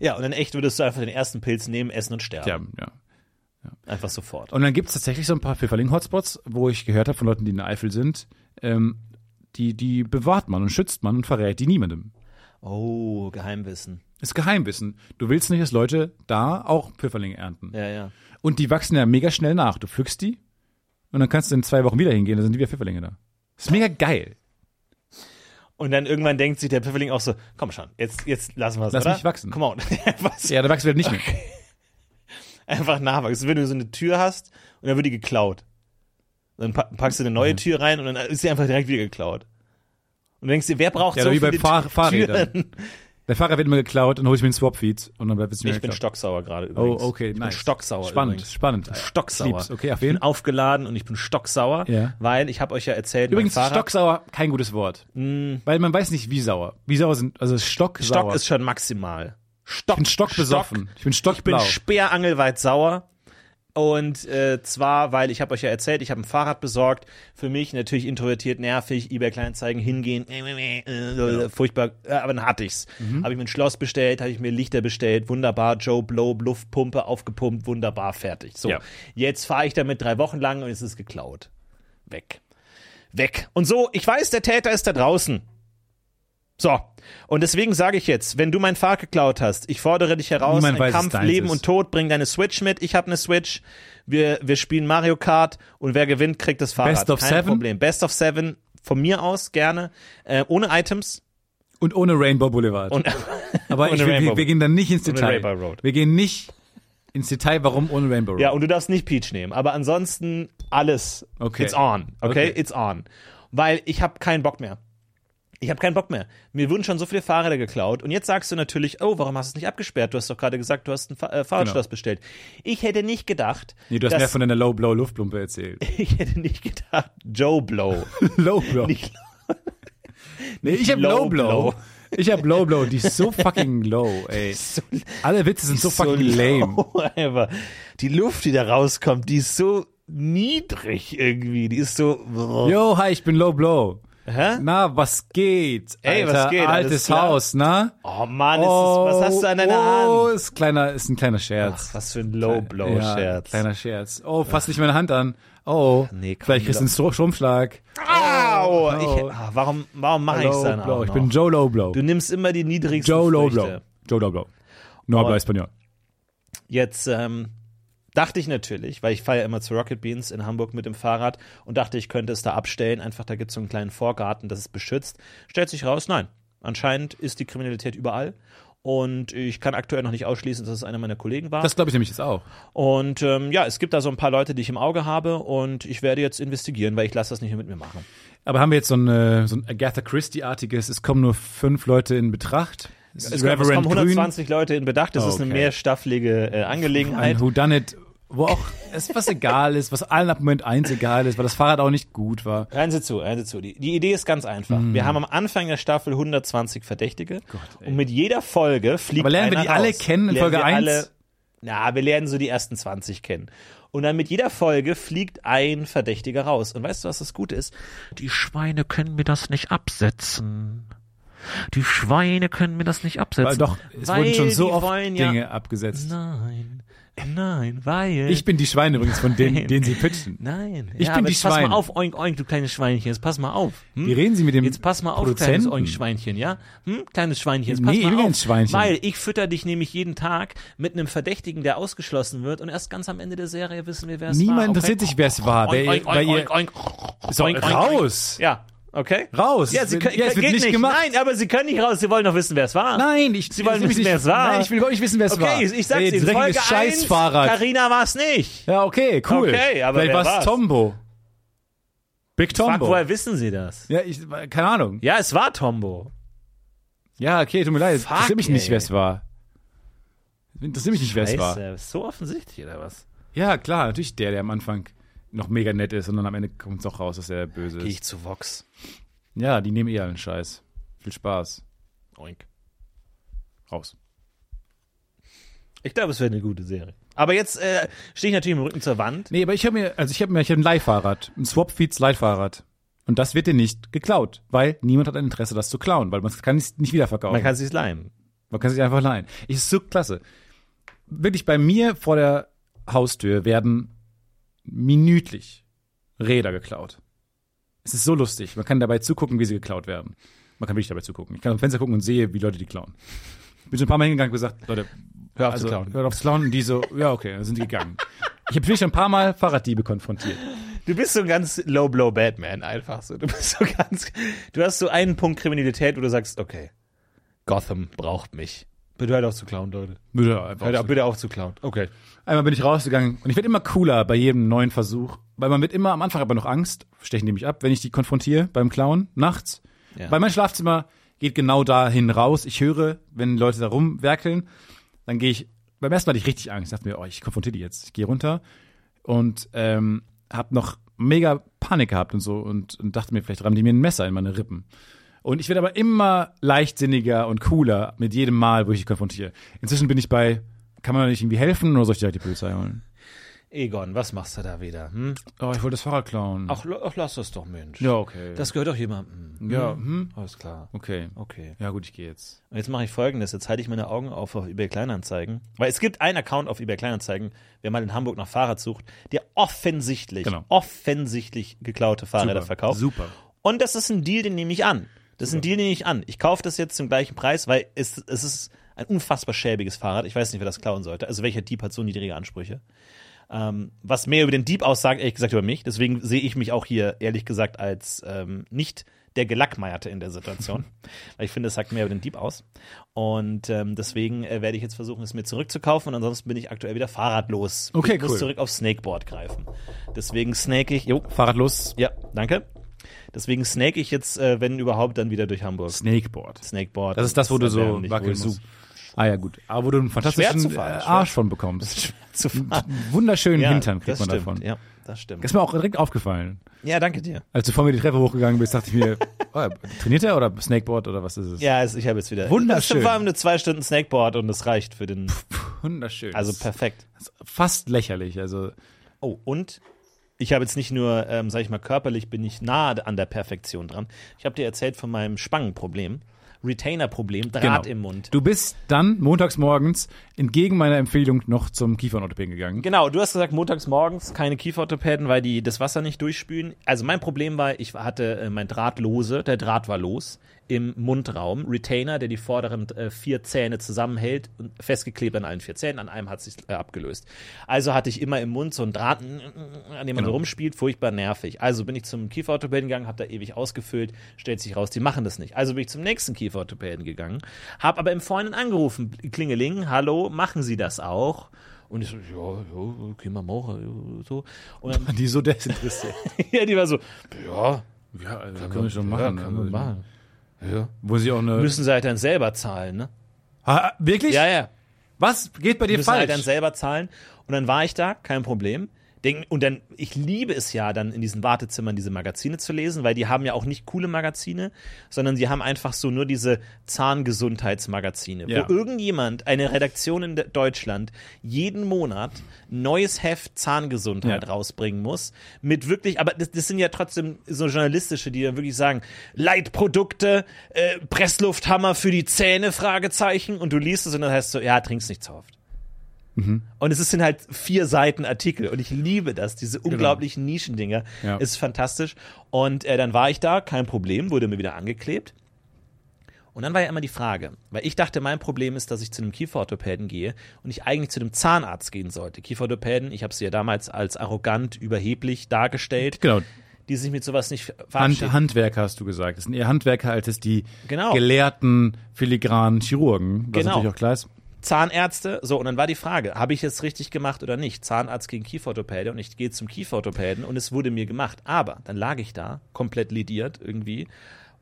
Ja, und in echt würdest du einfach den ersten Pilz nehmen, essen und sterben. Ja, ja. Einfach sofort. Und dann gibt es tatsächlich so ein paar Pfifferling-Hotspots, wo ich gehört habe von Leuten, die in der Eifel sind, ähm, die, die bewahrt man und schützt man und verrät die niemandem. Oh, Geheimwissen. Ist Geheimwissen. Du willst nicht, dass Leute da auch Pfifferlinge ernten. Ja, ja. Und die wachsen ja mega schnell nach. Du pflückst die und dann kannst du in zwei Wochen wieder hingehen, dann sind die wieder Pfifferlinge da. Ist mega geil. Und dann irgendwann denkt sich der Pfifferling auch so, komm schon, jetzt, jetzt lassen wir es, Lass oder? mich wachsen. Come on. Was? Ja, da wachsen wir nicht mehr. Einfach nachwachsen. Wenn du so eine Tür hast und dann wird die geklaut. Dann pa- packst du eine Mhm. neue Tür rein und dann ist sie einfach direkt wieder geklaut. Und du denkst dir, wer braucht Ja, so wie bei viele Fahr Tü- Fahrrädern. Türen? Der Fahrer wird immer geklaut, dann hole ich mir einen Swapfeed und dann bleibt es mir Ich bin geklaut. stocksauer gerade Oh, übrigens. okay, ich nice. bin stocksauer Spannend, übrigens. spannend. Ich Stocksauer. lieb's. Okay, auf ich jeden bin aufgeladen und ich bin stocksauer, Ja. weil ich habe euch ja erzählt, Übrigens, mein Fahrrad, stocksauer, kein gutes Wort. Weil man weiß nicht, wie sauer. Wie sauer sind, also stocksauer. Mm. Stock ist schon maximal. Stock, ich bin stockbesoffen. ich bin Ich bin stockblau. speerangelweit sauer. Und äh, zwar, weil ich habe euch ja erzählt, ich habe ein Fahrrad besorgt. Für mich natürlich introvertiert, nervig, eBay-Kleinzeigen hingehen, äh, äh, äh, äh, furchtbar. Äh, aber dann hatte ich's. Habe ich mir ein Schloss bestellt, habe ich mir Lichter bestellt, wunderbar. Joe Blow, Luftpumpe aufgepumpt, wunderbar, fertig. So, Ja. jetzt fahre ich damit drei Wochen lang und es ist geklaut. Weg. Weg. Und so, ich weiß, der Täter ist da draußen. So, und deswegen sage ich jetzt, wenn du mein Fahrrad geklaut hast, ich fordere dich heraus, Niemand ein weiß, dass Kampf, deins Leben ist. und Tod, bring deine Switch mit, ich habe eine Switch, wir, wir spielen Mario Kart und wer gewinnt, kriegt das Fahrrad. Best of Kein seven? Problem. Best of Seven, von mir aus gerne, äh, ohne Items Und ohne Rainbow Boulevard. und Aber ohne ich, wir, Rainbow- wir gehen dann nicht ins Detail. Rainbow Road. Wir gehen nicht ins Detail, warum ohne Rainbow Road. Ja, und du darfst nicht Peach nehmen, aber ansonsten alles. Okay. It's on, okay? Okay. It's on. Weil ich habe keinen Bock mehr. Ich habe keinen Bock mehr. Mir wurden schon so viele Fahrräder geklaut und jetzt sagst du natürlich, oh, warum hast du es nicht abgesperrt? Du hast doch gerade gesagt, du hast ein Fa äh, Fahrradschloss bestellt. Ich hätte nicht gedacht, Genau. nee, du hast mehr dass, von deiner Low Blow Luftpumpe erzählt. ich hätte nicht gedacht, Joe Blow. Low Blow. Nicht- nee, ich hab Low Low Blow. Blow. Ich hab Low Blow, die ist so fucking low, ey. Alle Witze sind so fucking lame. low, aber die Luft, die da rauskommt, die ist so niedrig irgendwie. Die ist so. Yo, hi, ich bin Low Blow. Hä? Na, was geht? Ey, was Alter, geht? Alles Altes klar? Haus, na? Oh Mann, ist das, was hast du an deiner oh, Hand? Ist, kleiner, ist ein kleiner Scherz. Was für ein Low-Blow-Scherz. kleiner Scherz. Oh, fass nicht meine Hand an. Oh, Nee, komm, vielleicht kriegst du einen Stro- Stromschlag. Au! Oh. Ich, ah, warum warum mache ich Low es dann Blow. auch Ich noch? bin Joe Low Blow. Du nimmst immer die niedrigsten Joe Low Früchte. Blow. Joe Low Blow. No habla español. Jetzt ähm, dachte ich natürlich, weil ich fahre ja immer zu Rocket Beans in Hamburg mit dem Fahrrad und dachte, ich könnte es da abstellen. Einfach, da gibt es so einen kleinen Vorgarten, das ist beschützt. Stellt sich raus, nein. Anscheinend ist die Kriminalität überall. Und ich kann aktuell noch nicht ausschließen, dass es einer meiner Kollegen war. Das glaube ich nämlich jetzt auch. und ähm, ja, es gibt da so ein paar Leute, die ich im Auge habe und ich werde jetzt investigieren, weil ich lasse das nicht mehr mit mir machen. Aber haben wir jetzt so ein, äh, so ein Agatha Christie-artiges, es kommen nur fünf Leute in Betracht? Es kommen, es kommen 120 Leute in Bedacht. Es ist eine Ah, Okay. mehrstaffelige äh, Angelegenheit. ein Whodunit, wo auch es was egal ist, was allen ab Moment eins egal ist, weil das Fahrrad auch nicht gut war. Hören Sie zu, hören Sie zu. Die, die Idee ist ganz einfach. Mm. Wir haben am Anfang der Staffel 120 Verdächtige und mit jeder Folge fliegt Aber lernen wir einer die alle raus. kennen in lernen Folge wir eins? Alle, na, wir lernen so die ersten 20 kennen. Und dann mit jeder Folge fliegt ein Verdächtiger raus. Und weißt du, was das Gute ist? Die Schweine können mir das nicht absetzen. Die Schweine können mir das nicht absetzen. Weil doch, es Weil wurden schon so die oft wollen ja- Dinge abgesetzt. Nein, nein, weil. Ich bin die Schweine übrigens, von denen, Nein. denen sie pitchen. nein. ich ja, bin aber die jetzt Pass Schweine. mal auf, oink, oink, du kleines Schweinchen. Jetzt pass mal auf. Hm? Wie reden sie mit dem Jetzt pass mal auf, Produzenten? kleines Oink-Schweinchen, ja? Hm? Kleines Schweinchen, jetzt pass Nee, mal eben auf. ein Schweinchen. Weil ich fütter dich nämlich jeden Tag mit einem Verdächtigen, der ausgeschlossen wird und erst ganz am Ende der Serie wissen wir, wer es war. Niemand okay? interessiert sich, wer es war. Wer, Oink, oink, weil oink, ihr, oink, so, oink, oink, raus! Ja, okay? Raus! Ja, sie Es können, wird- ja, es wird geht nicht nicht. gemacht. Nein, aber sie können nicht raus. Sie wollen doch wissen, wer es war. Nein, ich, Sie wollen ich- wissen, wer es war. Nein, ich will wirklich wissen, wer es war. Okay, ich sag's Ey, Ihnen. dreckiges Folge 1, Scheißfahrrad. Carina war es nicht. Ja, okay, cool. Okay, aber Vielleicht wer war es war's? Tombo. Big Frag, Tombo. woher wissen Sie das? Ja, ich, keine Ahnung. Ja, es war Tombo. Ja, okay, tut mir leid. Fuck, Interessiert mich ey. nicht, wer es war. Interessiert mich nicht, wer es war. Scheiße, ist so offensichtlich, oder was? Ja, klar, natürlich der, der am Anfang noch mega nett ist und dann am Ende kommt es doch raus, dass er böse Gehe ist. ich zu Vox. Ja, die nehmen eh allen Scheiß. Viel Spaß. Oink. Raus. Ich glaube, es wäre eine gute Serie. Aber jetzt äh, stehe ich natürlich mit dem Rücken zur Wand. Nee, aber ich habe mir, also ich habe mir, ich habe ein Leihfahrrad, ein Swapfeeds Leihfahrrad. Und das wird dir nicht geklaut, weil niemand hat ein Interesse, das zu klauen, weil man kann es nicht wiederverkaufen. Man kann es sich leihen. Man kann sich einfach leihen. Ich ist so klasse. Wirklich bei mir vor der Haustür werden minütlich Räder geklaut. Es ist so lustig. Man kann dabei zugucken, wie sie geklaut werden. Man kann wirklich dabei zugucken. Ich kann am Fenster gucken und sehe, wie Leute die klauen. Ich bin schon ein paar Mal hingegangen und gesagt, Leute, Hör auf also, zu klauen. hört auf zu klauen. Und die so, ja, okay, dann sind die gegangen. Ich habe wirklich schon ein paar Mal Fahrraddiebe konfrontiert. Du bist so ein ganz Low-Blow-Batman einfach so. Du bist so ganz. Du hast so einen Punkt Kriminalität, wo du sagst, okay, Gotham braucht mich. Bitte hört auf zu klauen, Leute. Bitte einfach Hört auf, bitte auf zu klauen. Okay. Einmal bin ich rausgegangen und ich werde immer cooler bei jedem neuen Versuch, weil man wird immer am Anfang aber noch Angst, stechen die mich ab, wenn ich die konfrontiere beim Klauen, nachts. Ja. Bei meinem Schlafzimmer geht genau dahin raus. Ich höre, wenn Leute da rumwerkeln, dann gehe ich, beim ersten Mal hatte ich richtig Angst. Ich dachte mir, oh, ich konfrontiere die jetzt. Ich gehe runter und ähm, habe noch mega Panik gehabt und so und, und dachte mir, vielleicht rammen die mir ein Messer in meine Rippen. Und ich werde aber immer leichtsinniger und cooler mit jedem Mal, wo ich die konfrontiere. Inzwischen bin ich bei, kann man nicht irgendwie helfen oder soll ich direkt die Polizei holen? Egon, was machst du da wieder? Hm? Oh, ich wollte das Fahrrad klauen. Ach, la- ach, lass das doch, Mensch. ja, okay. Das gehört doch jemandem. ja, Hm? hm? Alles klar. okay. Okay. Ja, gut, ich gehe jetzt. Und jetzt mache ich folgendes: Jetzt halte ich meine Augen auf auf eBay Kleinanzeigen. Weil es gibt einen Account auf eBay Kleinanzeigen, wer mal in Hamburg nach Fahrrad sucht, der offensichtlich, Genau. offensichtlich geklaute Fahrräder Super. verkauft. Super. Und das ist ein Deal, den nehme ich an. Das ist ein Deal, den nehme ich an. Ich kaufe das jetzt zum gleichen Preis, weil es, es ist ein unfassbar schäbiges Fahrrad. Ich weiß nicht, wer das klauen sollte. Also welcher Dieb hat so niedrige Ansprüche? Ähm, was mehr über den Dieb aussagt, ehrlich gesagt über mich. Deswegen sehe ich mich auch hier, ehrlich gesagt, als ähm, nicht der Gelackmeierte in der Situation. weil ich finde, es sagt mehr über den Dieb aus. Und ähm, deswegen äh, werde ich jetzt versuchen, es mir zurückzukaufen. Und ansonsten bin ich aktuell wieder fahrradlos. Okay, ich cool. muss zurück auf Snakeboard greifen. Deswegen snake ich. Jo, Fahrrad los, ja, danke. Deswegen snake ich jetzt, äh, wenn überhaupt, dann wieder durch Hamburg. Snakeboard. Snakeboard. Das ist das, wo du so erbärmlich, wackeln wo du musst. Ah ja, gut. Aber wo du einen Schwer zu fantastischen fahren, äh, schwer. Arsch von bekommst. Zu fahren. Wunderschönen Ja, Hintern kriegt das man stimmt. davon. Ja, das stimmt. Ist mir auch direkt aufgefallen. Ja, danke dir. Als du vor mir die Treppe hochgegangen bist, dachte ich mir, oh, trainiert er oder Snakeboard oder was ist es? Ja, also ich habe jetzt wieder. Wunderschön. Es war nur zwei Stunden Snakeboard und das reicht für den. Wunderschön. Also perfekt. fast lächerlich. Also Oh, und ich habe jetzt nicht nur, ähm, sag ich mal, körperlich bin ich nahe an der Perfektion dran. Ich habe dir erzählt von meinem Spangenproblem, Retainer-Problem, Draht im Mund. Genau. Du bist dann montags morgens entgegen meiner Empfehlung noch zum Kiefernorthopäden gegangen. Genau, du hast gesagt, montags morgens keine Kieferorthopäden, weil die das Wasser nicht durchspülen. Also mein Problem war, ich hatte äh, mein Draht lose, der Draht war los im Mundraum, Retainer, der die vorderen äh, vier Zähne zusammenhält und festgeklebt an allen vier Zähnen, an einem hat sich äh, abgelöst. Also hatte ich immer im Mund so einen Draht, an dem man so rumspielt, furchtbar nervig. Also bin ich zum Kieferorthopäden gegangen, habe da ewig ausgefüllt, stellt sich raus, die machen das nicht. Also bin ich zum nächsten Kieferorthopäden gegangen, habe aber im Vorhinein angerufen, Klingeling, hallo, machen Sie das auch? Und ich so, ja, ja, gehen wir machen, ja, so. Und dann, Die so desinteressiert. ja, die war so, ja, ja, also, kann man schon ja, machen. kann man machen. Wo sie auch eine. Müssen sie halt dann selber zahlen, ne? Ha, wirklich? Ja, ja. Was geht bei dir Müssen halt dann falsch? selber zahlen. Und dann war ich da, kein Problem. Denk, und dann, ich liebe es ja, dann in diesen Wartezimmern diese Magazine zu lesen, weil die haben ja auch nicht coole Magazine, sondern sie haben einfach so nur diese Zahngesundheitsmagazine, Ja. wo irgendjemand, eine Redaktion in De- Deutschland, jeden Monat ein neues Heft Zahngesundheit Ja. rausbringen muss. Mit wirklich, aber das, das sind ja trotzdem so journalistische, die dann wirklich sagen, Leitprodukte, äh, Presslufthammer für die Zähne, Fragezeichen. Und du liest es und dann heißt so, ja, trink's nicht zu oft. Und es ist- sind halt vier Seiten Artikel und ich liebe das, diese unglaublichen Nischendinger. Genau. Ja. Ist fantastisch. Und äh, dann war ich da, kein Problem, wurde mir wieder angeklebt. Und dann war ja immer die Frage, weil ich dachte, mein Problem ist, dass ich zu einem Kieferorthopäden gehe und ich eigentlich zu dem Zahnarzt gehen sollte. Kieferorthopäden, ich habe sie ja damals als arrogant, überheblich dargestellt, Genau. die sich mit sowas nicht ver- Hand, verabschieden. Handwerker hast du gesagt. Das sind eher Handwerker als es die Genau. gelehrten, filigranen Chirurgen. Was Genau. natürlich auch klar ist. Zahnärzte, so, und dann war die Frage, habe ich es richtig gemacht oder nicht? Zahnarzt gegen Kieferorthopäde und ich gehe zum Kieferorthopäden und es wurde mir gemacht. Aber dann lag ich da, komplett lediert irgendwie.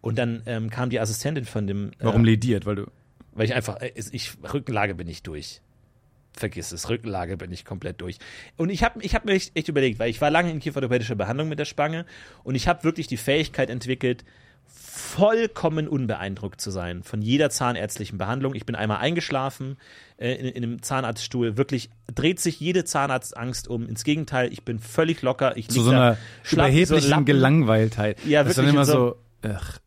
Und dann ähm, kam die Assistentin von dem. äh, Warum lediert? Weil du. weil ich einfach, äh, ich, Rückenlage bin ich durch. Vergiss es, Rückenlage bin ich komplett durch. Und ich habe ich hab mir echt, echt überlegt, weil ich war lange in kieferorthopädischer Behandlung mit der Spange und ich habe wirklich die Fähigkeit entwickelt, vollkommen unbeeindruckt zu sein von jeder zahnärztlichen Behandlung. Ich bin einmal eingeschlafen äh, in, in einem Zahnarztstuhl. Wirklich dreht sich jede Zahnarztangst um. Ins Gegenteil, ich bin völlig locker. Ich Zu lieg so da, einer schlapp wie so ein überheblichen Lappen. Gelangweiltheit. Ja, das ist dann wirklich immer in so- so. Ach,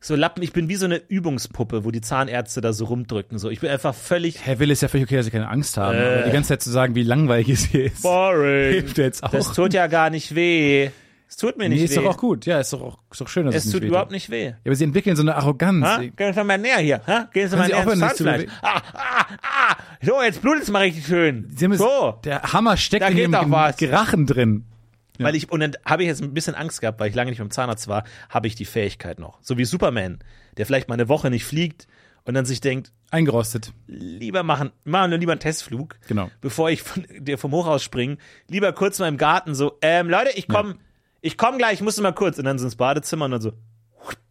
So Lappen, ich bin wie so eine Übungspuppe, wo die Zahnärzte da so rumdrücken. So, ich bin einfach völlig Herr Will ist ja völlig okay, dass Sie keine Angst haben. Äh. Aber die ganze Zeit zu sagen, wie langweilig es hier ist, boring. hilft jetzt auch. Das tut ja gar nicht weh. Es tut mir nicht nee, ist weh. doch auch gut. Ja, ist doch auch ist doch schön, dass es, es nicht tut wehtut. überhaupt nicht weh. Ja, aber sie entwickeln so eine Arroganz. Ha? Gehen Sie mal näher hier. Ha? Gehen Sie mal Sie näher aufhören, ins sich zu Zahnfleisch. bewegen? Ah, ah, ah. So, jetzt blutet es mal richtig schön. Sie haben es, so. Der Hammer steckt Da in geht ihrem doch Gem- was. Gerachen drin. Weil ich, und dann habe ich jetzt ein bisschen Angst gehabt, weil ich lange nicht beim Zahnarzt war, habe ich die Fähigkeit noch. So wie Superman, der vielleicht mal eine Woche nicht fliegt und dann sich denkt, Eingerostet. lieber machen, machen wir lieber einen Testflug, Genau. bevor ich von, dir vom Hochhaus springe, lieber kurz mal im Garten so, ähm, Leute, ich komm, ich komm gleich, ich muss mal kurz. Und dann so ins Badezimmer und dann so,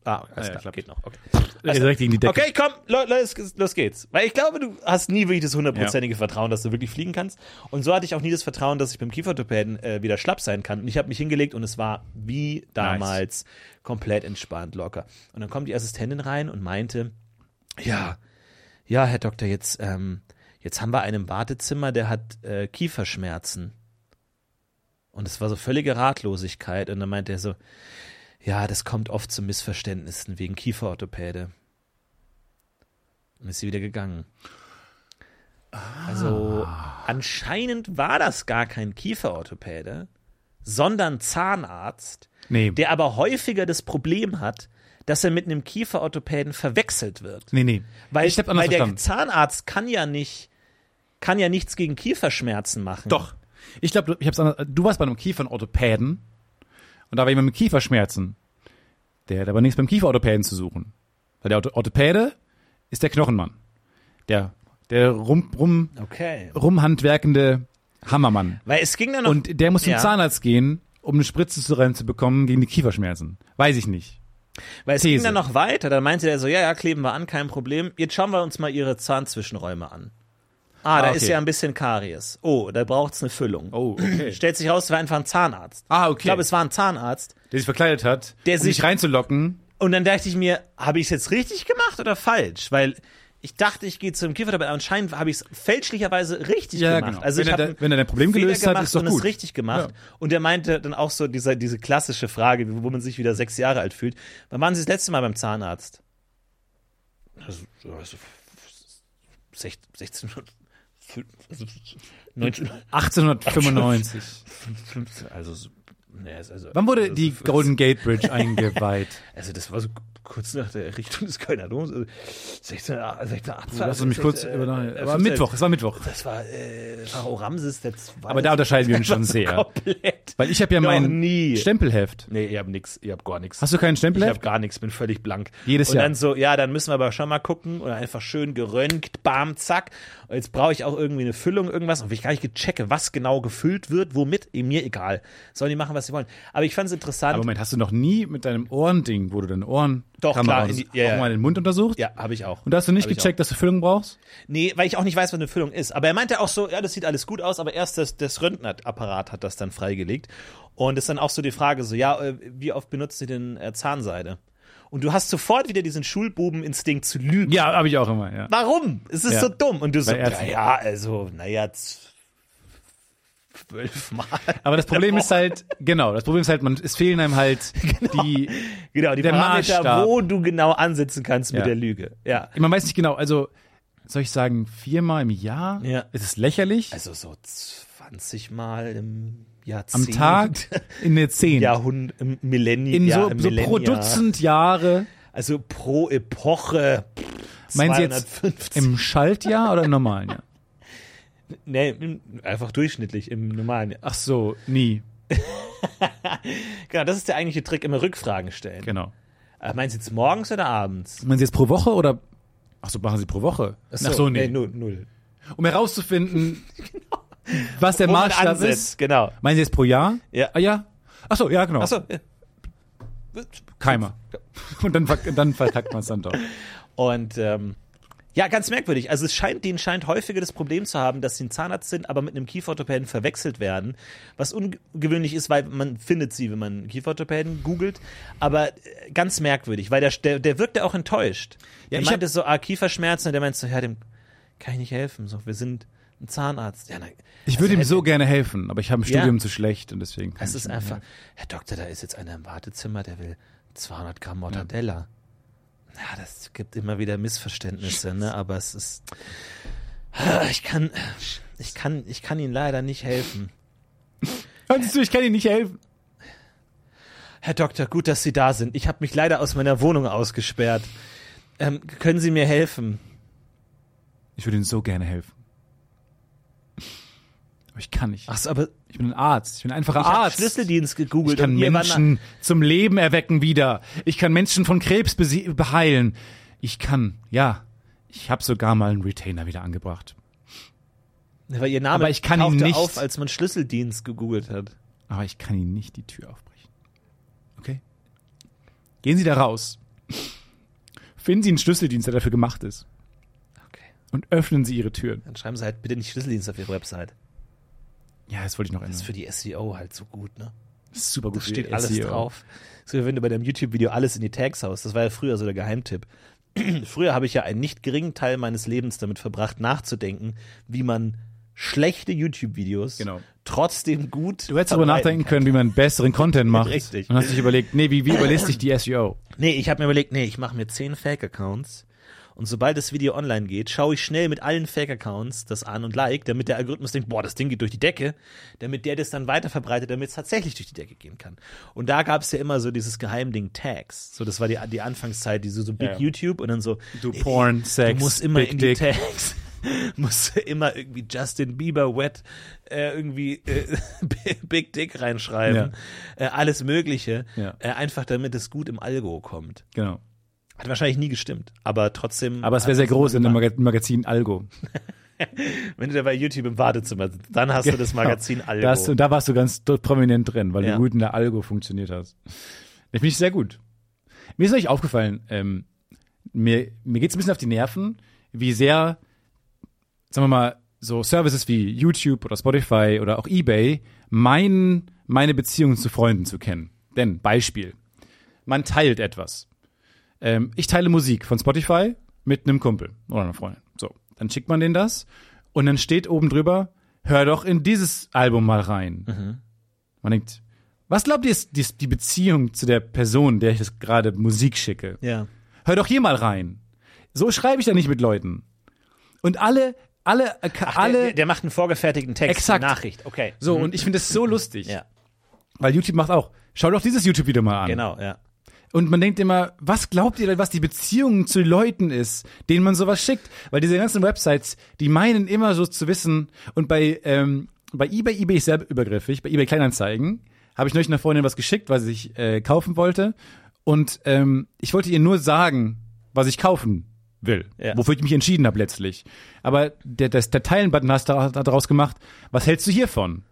Ah, alles klar, geht noch. Okay. Also Direkt gegen die Decke. Okay, komm, lo- los, los geht's. Weil ich glaube, du hast nie wirklich das hundertprozentige Vertrauen, dass du wirklich fliegen kannst. Und so hatte ich auch nie das Vertrauen, dass ich beim Kieferorthopäden äh, wieder schlapp sein kann. Und ich habe mich hingelegt und es war wie damals komplett entspannt, locker. Und dann kommt die Assistentin rein und meinte, ja, ja, Herr Doktor, jetzt, ähm, jetzt haben wir einen im Wartezimmer, der hat äh, Kieferschmerzen. Und es war so völlige Ratlosigkeit. Und dann meinte er so, ja, das kommt oft zu Missverständnissen wegen Kieferorthopäde. Und ist sie wieder gegangen. Also anscheinend war das gar kein Kieferorthopäde, sondern Zahnarzt, Nee. der aber häufiger das Problem hat, dass er mit einem Kieferorthopäden verwechselt wird. nee, nee. Weil, ich hab anders weil der verstanden. Zahnarzt kann ja nicht, kann ja nichts gegen Kieferschmerzen machen. Doch. Ich glaube, ich hab's anders. Du warst bei einem Kiefernorthopäden und da war jemand mit Kieferschmerzen. Der hat aber nichts beim Kieferorthopäden zu suchen. Weil der Ortho- Orthopäde ist der Knochenmann. Der, der rum, rum, Okay. rumhandwerkende Hammermann. Weil es ging dann noch. Und der muss zum Ja. Zahnarzt gehen, um eine Spritze zu reinzubekommen gegen die Kieferschmerzen. Weiß ich nicht. Weil es These. ging dann noch weiter, dann meinte er so, ja, ja, kleben wir an, kein Problem. Jetzt schauen wir uns mal ihre Zahnzwischenräume an. Ah, da Ah, okay. ist ja ein bisschen Karies. Oh, da braucht's eine Füllung. Oh, okay. Stellt sich raus, es war einfach ein Zahnarzt. Ah, Ich okay. glaube, es war ein Zahnarzt. der sich verkleidet hat, Der um sich- dich reinzulocken. Und dann dachte ich mir, habe ich es jetzt richtig gemacht oder falsch? Weil ich dachte, ich gehe zum Kiffer, aber anscheinend habe ich es fälschlicherweise richtig Ja, gemacht. genau. Also Wenn ich er habe de- wenn er dein Problem Fehler gelöst hat, gemacht ist doch und gut. es richtig gemacht. Ja. Und er meinte dann auch so diese, diese klassische Frage, wo man sich wieder sechs Jahre alt fühlt. Wann waren Sie das letzte Mal beim Zahnarzt? Also, also sech- 16, fün- also 19, 1895. 15, also, so- nee, also Wann wurde also die 15. Golden Gate Bridge eingeweiht? Also das war so kurz nach der Errichtung des Kölner Doms. Also 16, 16, 18, Lass uns mich kurz äh, übernachten. Aber 15. Mittwoch, es war Mittwoch. Das war äh, Pharao Ramses der Zweite. Aber da unterscheiden wir uns schon sehr. komplett. Weil ich habe ja Noch mein nie. Stempelheft. Nee, ihr habt nix, ihr habt gar nichts. Hast du keinen Ich Stempelheft? habe gar nichts, bin völlig blank. Jedes und Jahr. dann so, ja, dann müssen wir aber schon mal gucken oder einfach schön geröntgt, bam, zack. Und jetzt brauche ich auch irgendwie eine Füllung, irgendwas, und ich gar nicht gechecke, was genau gefüllt wird, womit, eh, mir egal. Sollen die machen, was sie wollen. Aber ich fand es interessant. Aber Moment, hast du noch nie mit deinem Ohrending, wo du deine Ohren Doch, Kamera klar, in die- auch ja, ja. mal den Mund untersucht? ja, habe ich auch. Und da hast du nicht Hab ich gecheckt, dass du Füllung brauchst? Nee, weil ich auch nicht weiß, was eine Füllung ist. Aber er meinte auch so, ja, das sieht alles gut aus, aber erst das, das Röntgenapparat hat das dann freigelegt. Und ist dann auch so die Frage so, ja, äh, wie oft benutzt ihr denn äh, Zahnseide? Und du hast sofort wieder diesen Schulbubeninstinkt zu lügen. Ja, habe ich auch immer, ja. Warum? Es ist Ja. so dumm. Und du so, Bei Ärzten. naja, also, naja, z- zwölfmal. Aber das Problem ist halt, genau, das Problem ist halt, man, es fehlen einem halt die, Genau, die der Parameter, Maßstab. wo du genau ansetzen kannst Ja. mit der Lüge. Ja. man weiß nicht genau, also, soll ich sagen, viermal im Jahr? Ja. Es ist lächerlich. Also so 20 Mal im am Jahrzehnt. Tag in der Zehn. Jahrhund, im Millennium. in ja, so, im so Millennia. pro Dutzend Jahre. Also pro Epoche. Meinen Sie jetzt 250. Im Schaltjahr oder im normalen Jahr? nee, im, einfach durchschnittlich im normalen. Jahr. Ach so, nie. Genau, das ist der eigentliche Trick, immer Rückfragen stellen. Genau. Äh, Meinst du jetzt morgens oder abends? Meinen Sie jetzt pro Woche oder? Ach so, machen Sie pro Woche? Ach so, nee. null. null. Um herauszufinden, Genau. was der Wo man Maßstab ansetzt, ist. genau. Meinen Sie jetzt pro Jahr? Ja. Ah ja. Ach so, ja genau. Achso. ja. Keimer. Und dann, ver- dann vertackt man es dann doch. Und ähm, ja, ganz merkwürdig. Also es scheint, denen scheint häufiger das Problem zu haben, dass sie ein Zahnarzt sind, aber mit einem Kieferorthopäden verwechselt werden. Was ungewöhnlich ist, weil man findet sie, wenn man Kieferorthopäden googelt. Aber äh, ganz merkwürdig, weil der, der, der wirkte auch enttäuscht. Ja, der ich meinte so, ah, Kieferschmerzen. Und der meinte so, ja, dem kann ich nicht helfen. So, wir sind ein Zahnarzt. Ja, na, Ich würde ihm also, so gerne helfen, aber ich habe im Ja. Studium zu schlecht und deswegen. kann Es ich ist ihm- einfach, Herr Doktor, da ist jetzt einer im Wartezimmer, der will 200 Gramm Mortadella. Ja, das gibt immer wieder Missverständnisse, ne? aber es ist, ich kann, ich kann, ich kann Ihnen leider nicht helfen. Hören Sie zu, ich kann Ihnen nicht helfen. Herr Doktor, gut, dass Sie da sind. Ich habe mich leider aus meiner Wohnung ausgesperrt. Ähm, können Sie mir helfen? Ich würde Ihnen so gerne helfen. Aber ich kann nicht. Ach so, aber Ich bin ein Arzt. Ich bin ein einfacher ich habe Arzt. Schlüsseldienst gegoogelt. Ich kann und mir war na- Menschen zum Leben erwecken wieder. Ich kann Menschen von Krebs besie- beheilen. Ich kann, ja. Ich habe sogar mal einen Retainer wieder angebracht. Weil Ihr Name Aber ich kann ihn tauchte nicht- auf, als man Schlüsseldienst gegoogelt hat. Aber ich kann ihnen nicht die Tür aufbrechen. Okay? Gehen Sie da raus. Finden Sie einen Schlüsseldienst, der dafür gemacht ist. Okay. Und öffnen Sie Ihre Türen. Dann schreiben sie halt bitte nicht Schlüsseldienst auf ihre Website. Ja, das wollte ich noch ändern. Das ist für die SEO halt so gut, ne? super gut. Da für steht die E alles SEO. drauf. So wie wenn du bei deinem YouTube-Video alles in die Tags haust. Das war ja früher so der Geheimtipp. früher habe ich ja einen nicht geringen Teil meines Lebens damit verbracht, nachzudenken, wie man schlechte YouTube-Videos Genau. trotzdem gut. Du hättest darüber verbreiten nachdenken können, wie man besseren Content macht. Richtig. Und hast dich überlegt, nee, wie, wie überlässt sich die E SEO? Nee, ich habe mir überlegt, nee, ich mache mir zehn Fake-Accounts und sobald das Video online geht, schaue ich schnell mit allen Fake-Accounts das an und like, damit der Algorithmus denkt, boah, das Ding geht durch die Decke, damit der das dann weiter verbreitet, damit es tatsächlich durch die Decke gehen kann. Und da gab es ja immer so dieses Geheimding Tags. So, das war die, die Anfangszeit, die so, so Big Ja. YouTube und dann so, Du Porn, Sex, du musst immer Big in die Dick. Tags. musst immer irgendwie Justin Bieber wet äh, irgendwie äh, Big Dick reinschreiben. Äh, alles Mögliche. Ja. Äh, einfach damit es gut im Algo kommt. Genau. Also Hat wahrscheinlich nie gestimmt, aber trotzdem. Aber es wäre sehr groß in dem Maga- Magazin Algo. Wenn du da bei YouTube im Wartezimmer sitzt, dann hast du das Magazin Algo. genau. Da, hast du, da warst du ganz do- prominent drin, weil Ja. du gut in der Algo funktioniert hast. Das finde ich sehr gut. Mir ist euch aufgefallen, ähm, mir, mir geht es ein bisschen auf die Nerven, wie sehr, sagen wir mal, so Services wie YouTube oder Spotify oder auch eBay meinen, meine Beziehungen zu Freunden zu kennen. Denn, Beispiel, man teilt etwas. Ähm, ich teile Musik von Spotify mit einem Kumpel oder einer Freundin. So, dann schickt man denen das und dann steht oben drüber, hör doch in dieses Album mal rein. Mhm. Man denkt, was glaubt ihr, ist die, die Beziehung zu der Person, der ich das gerade Musik schicke? ja. Hör doch hier mal rein. So schreibe ich da nicht mit Leuten. Und alle, alle, äh, alle. Alle, der, der macht einen vorgefertigten Text, Exakt. eine Nachricht. Okay. so, und ich finde das so lustig. Ja. Weil YouTube macht auch, schau doch dieses YouTube-Video mal an. Genau, ja. Und man denkt immer, was glaubt ihr denn, was die Beziehung zu Leuten ist, denen man sowas schickt? Weil diese ganzen Websites, die meinen immer so zu wissen. Und bei, ähm, bei eBay, eBay ist sehr übergriffig, bei eBay Kleinanzeigen habe ich neulich einer Freundin was geschickt, was ich äh, kaufen wollte. Und ähm, ich wollte ihr nur sagen, was ich kaufen will, Ja. wofür ich mich entschieden habe letztlich. Aber der, der, der Teilen-Button hast du hat daraus gemacht, was hältst du hiervon?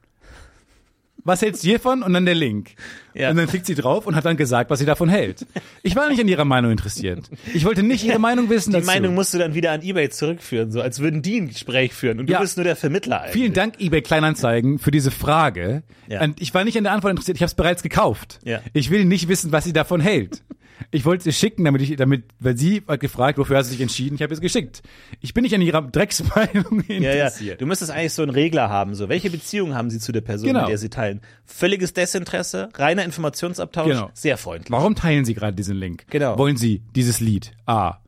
was hältst du hiervon? Und dann der Link. Ja. Und dann klickt sie drauf und hat dann gesagt, was sie davon hält. Ich war nicht an ihrer Meinung interessiert. Ich wollte nicht ihre Meinung wissen Die dazu. Meinung musst du dann wieder an Ebay zurückführen, so als würden die ein Gespräch führen und du Ja. bist nur der Vermittler eigentlich. Vielen Dank, eBay Kleinanzeigen, für diese Frage. Ja. Und ich war nicht an der Antwort interessiert. Ich habe es bereits gekauft. Ja. Ich will nicht wissen, was sie davon hält. Ich wollte es ihr schicken, damit ich, damit, weil sie hat gefragt, wofür hast du dich entschieden? Ich habe es gesschickt. Ich bin nicht an ihrer Drecksmeinung Ja, ja. interessiert. Du müsstest eigentlich so einen Regler haben. So, welche Beziehung haben sie zu der Person, Genau. mit der sie teilen? Völliges Desinteresse, reiner Informationsabtausch, Genau. sehr freundlich. Warum teilen sie gerade diesen Link? Genau. Wollen sie dieses Lied A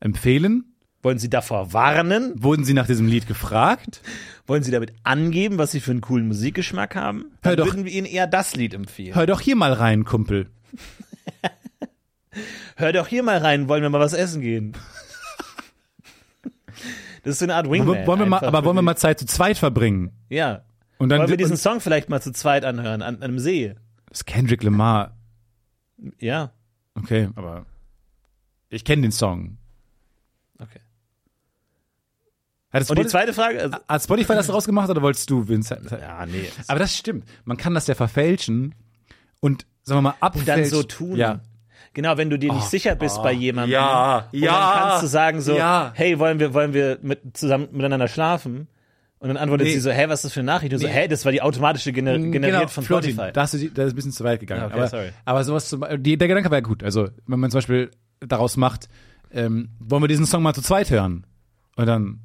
empfehlen? Wollen sie davor warnen? Wurden sie nach diesem Lied gefragt? Wollen sie damit angeben, was sie für einen coolen Musikgeschmack haben? Hör Dann doch- würden wir ihnen eher das Lied empfehlen. Hör doch hier mal rein, Kumpel. Hör doch hier mal rein, wollen wir mal was essen gehen? Das ist so eine Art Wingman. wollen wir mal, einfach aber für wollen wir die- mal Zeit zu zweit verbringen? Ja. Und dann Wollen wir diesen und Song vielleicht mal zu zweit anhören, an, an einem See? das ist Kendrick Lamar. Ja. Okay, aber ich kenne den Song. Okay. Hat, das Und die Spotify, zweite Frage? Also, hat Spotify das rausgemacht oder wolltest du, Vincent? ja, nee. Aber das stimmt. Man kann das ja verfälschen und sagen wir mal abfälschen. dann so tun. Ja. Genau, wenn du dir nicht sicher bist bei jemandem. ja, und ja, Dann kannst du sagen so, ja. hey, wollen wir, wollen wir mit, zusammen miteinander schlafen? Und dann antwortet Nee. sie so, hey, was ist das für eine Nachricht? Und du so, hey, das war die automatische gener generiert genau, von Florentin, Spotify. Da, hast du, die- da ist ein bisschen zu weit gegangen. Ja, okay, aber, sorry. aber sowas zum die, Der Gedanke war ja gut. Also, wenn man zum Beispiel daraus macht, ähm, wollen wir diesen Song mal zu zweit hören? Und dann.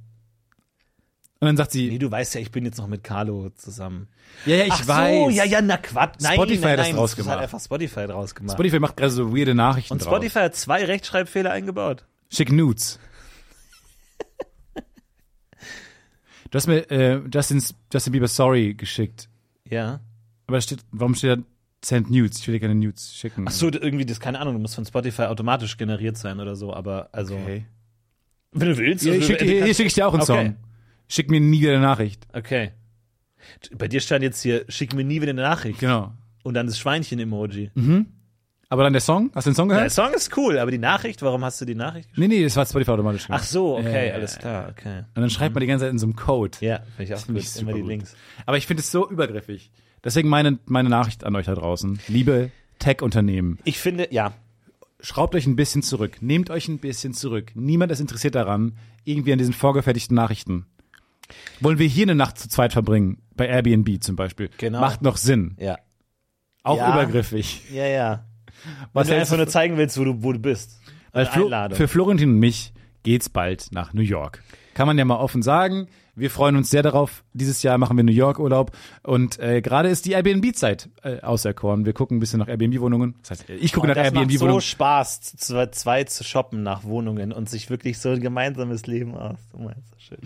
Und dann sagt sie, Nee, du weißt ja, ich bin jetzt noch mit Carlo zusammen. ja, ja, ich Ach weiß. so, ja, ja, na Quatsch. Nein, Spotify nein, hat das nein, draus ist gemacht. Halt einfach Spotify draus gemacht. Spotify macht gerade so weirde Nachrichten und drauf. Spotify hat zwei Rechtschreibfehler eingebaut. Schick Nudes. du hast mir äh, Justin's, Justin Bieber Sorry geschickt. Ja. Aber da steht, warum steht da Send Nudes? Ich will dir keine Nudes schicken. Ach so, irgendwie, das, keine Ahnung, du musst von Spotify automatisch generiert sein oder so, aber, also, Okay. wenn du willst. Hier also, schicke du kannst- schick ich dir auch einen Okay. Song. Schick mir nie wieder eine Nachricht. Okay. Bei dir stand jetzt hier, schick mir nie wieder eine Nachricht. Genau. Und dann das Schweinchen-Emoji. Aber dann der Song? Hast du den Song gehört? Der Song ist cool, aber die Nachricht, warum hast du die Nachricht geschrieben? Nee, nee, das war Spotify automatisch. Ach so, okay, Ja. alles klar, okay. Und dann schreibt man die ganze Zeit in so einem Code. Ja, finde ich auch Finde gut. ich Immer super die gut. Links. Aber ich finde es so übergriffig. Deswegen meine, meine Nachricht an euch da draußen. Liebe Tech-Unternehmen. Ich finde, ja, schraubt euch ein bisschen zurück, nehmt euch ein bisschen zurück. Niemand ist interessiert daran, irgendwie an diesen vorgefertigten Nachrichten. Wollen wir hier eine Nacht zu zweit verbringen? Bei Airbnb zum Beispiel. Genau. Macht noch Sinn. Ja. Auch Ja. übergriffig. Ja, ja. Was Wenn du einfach hältst du nur zeigen willst, wo du, wo du bist. Weil Eine Flo- Einladung. Für Florentin und mich geht's bald nach New York. Kann man ja mal offen sagen. Wir freuen uns sehr darauf. Dieses Jahr machen wir New York Urlaub und äh, gerade ist die Airbnb-Zeit äh, auserkoren. Wir gucken ein bisschen nach Airbnb-Wohnungen. Das heißt, ich gucke Und nach Oh, das macht so Airbnb-Wohnungen. Spaß, zu zwei, zwei zu shoppen nach Wohnungen und sich wirklich so ein gemeinsames Leben aus. Oh mein, ist das schön.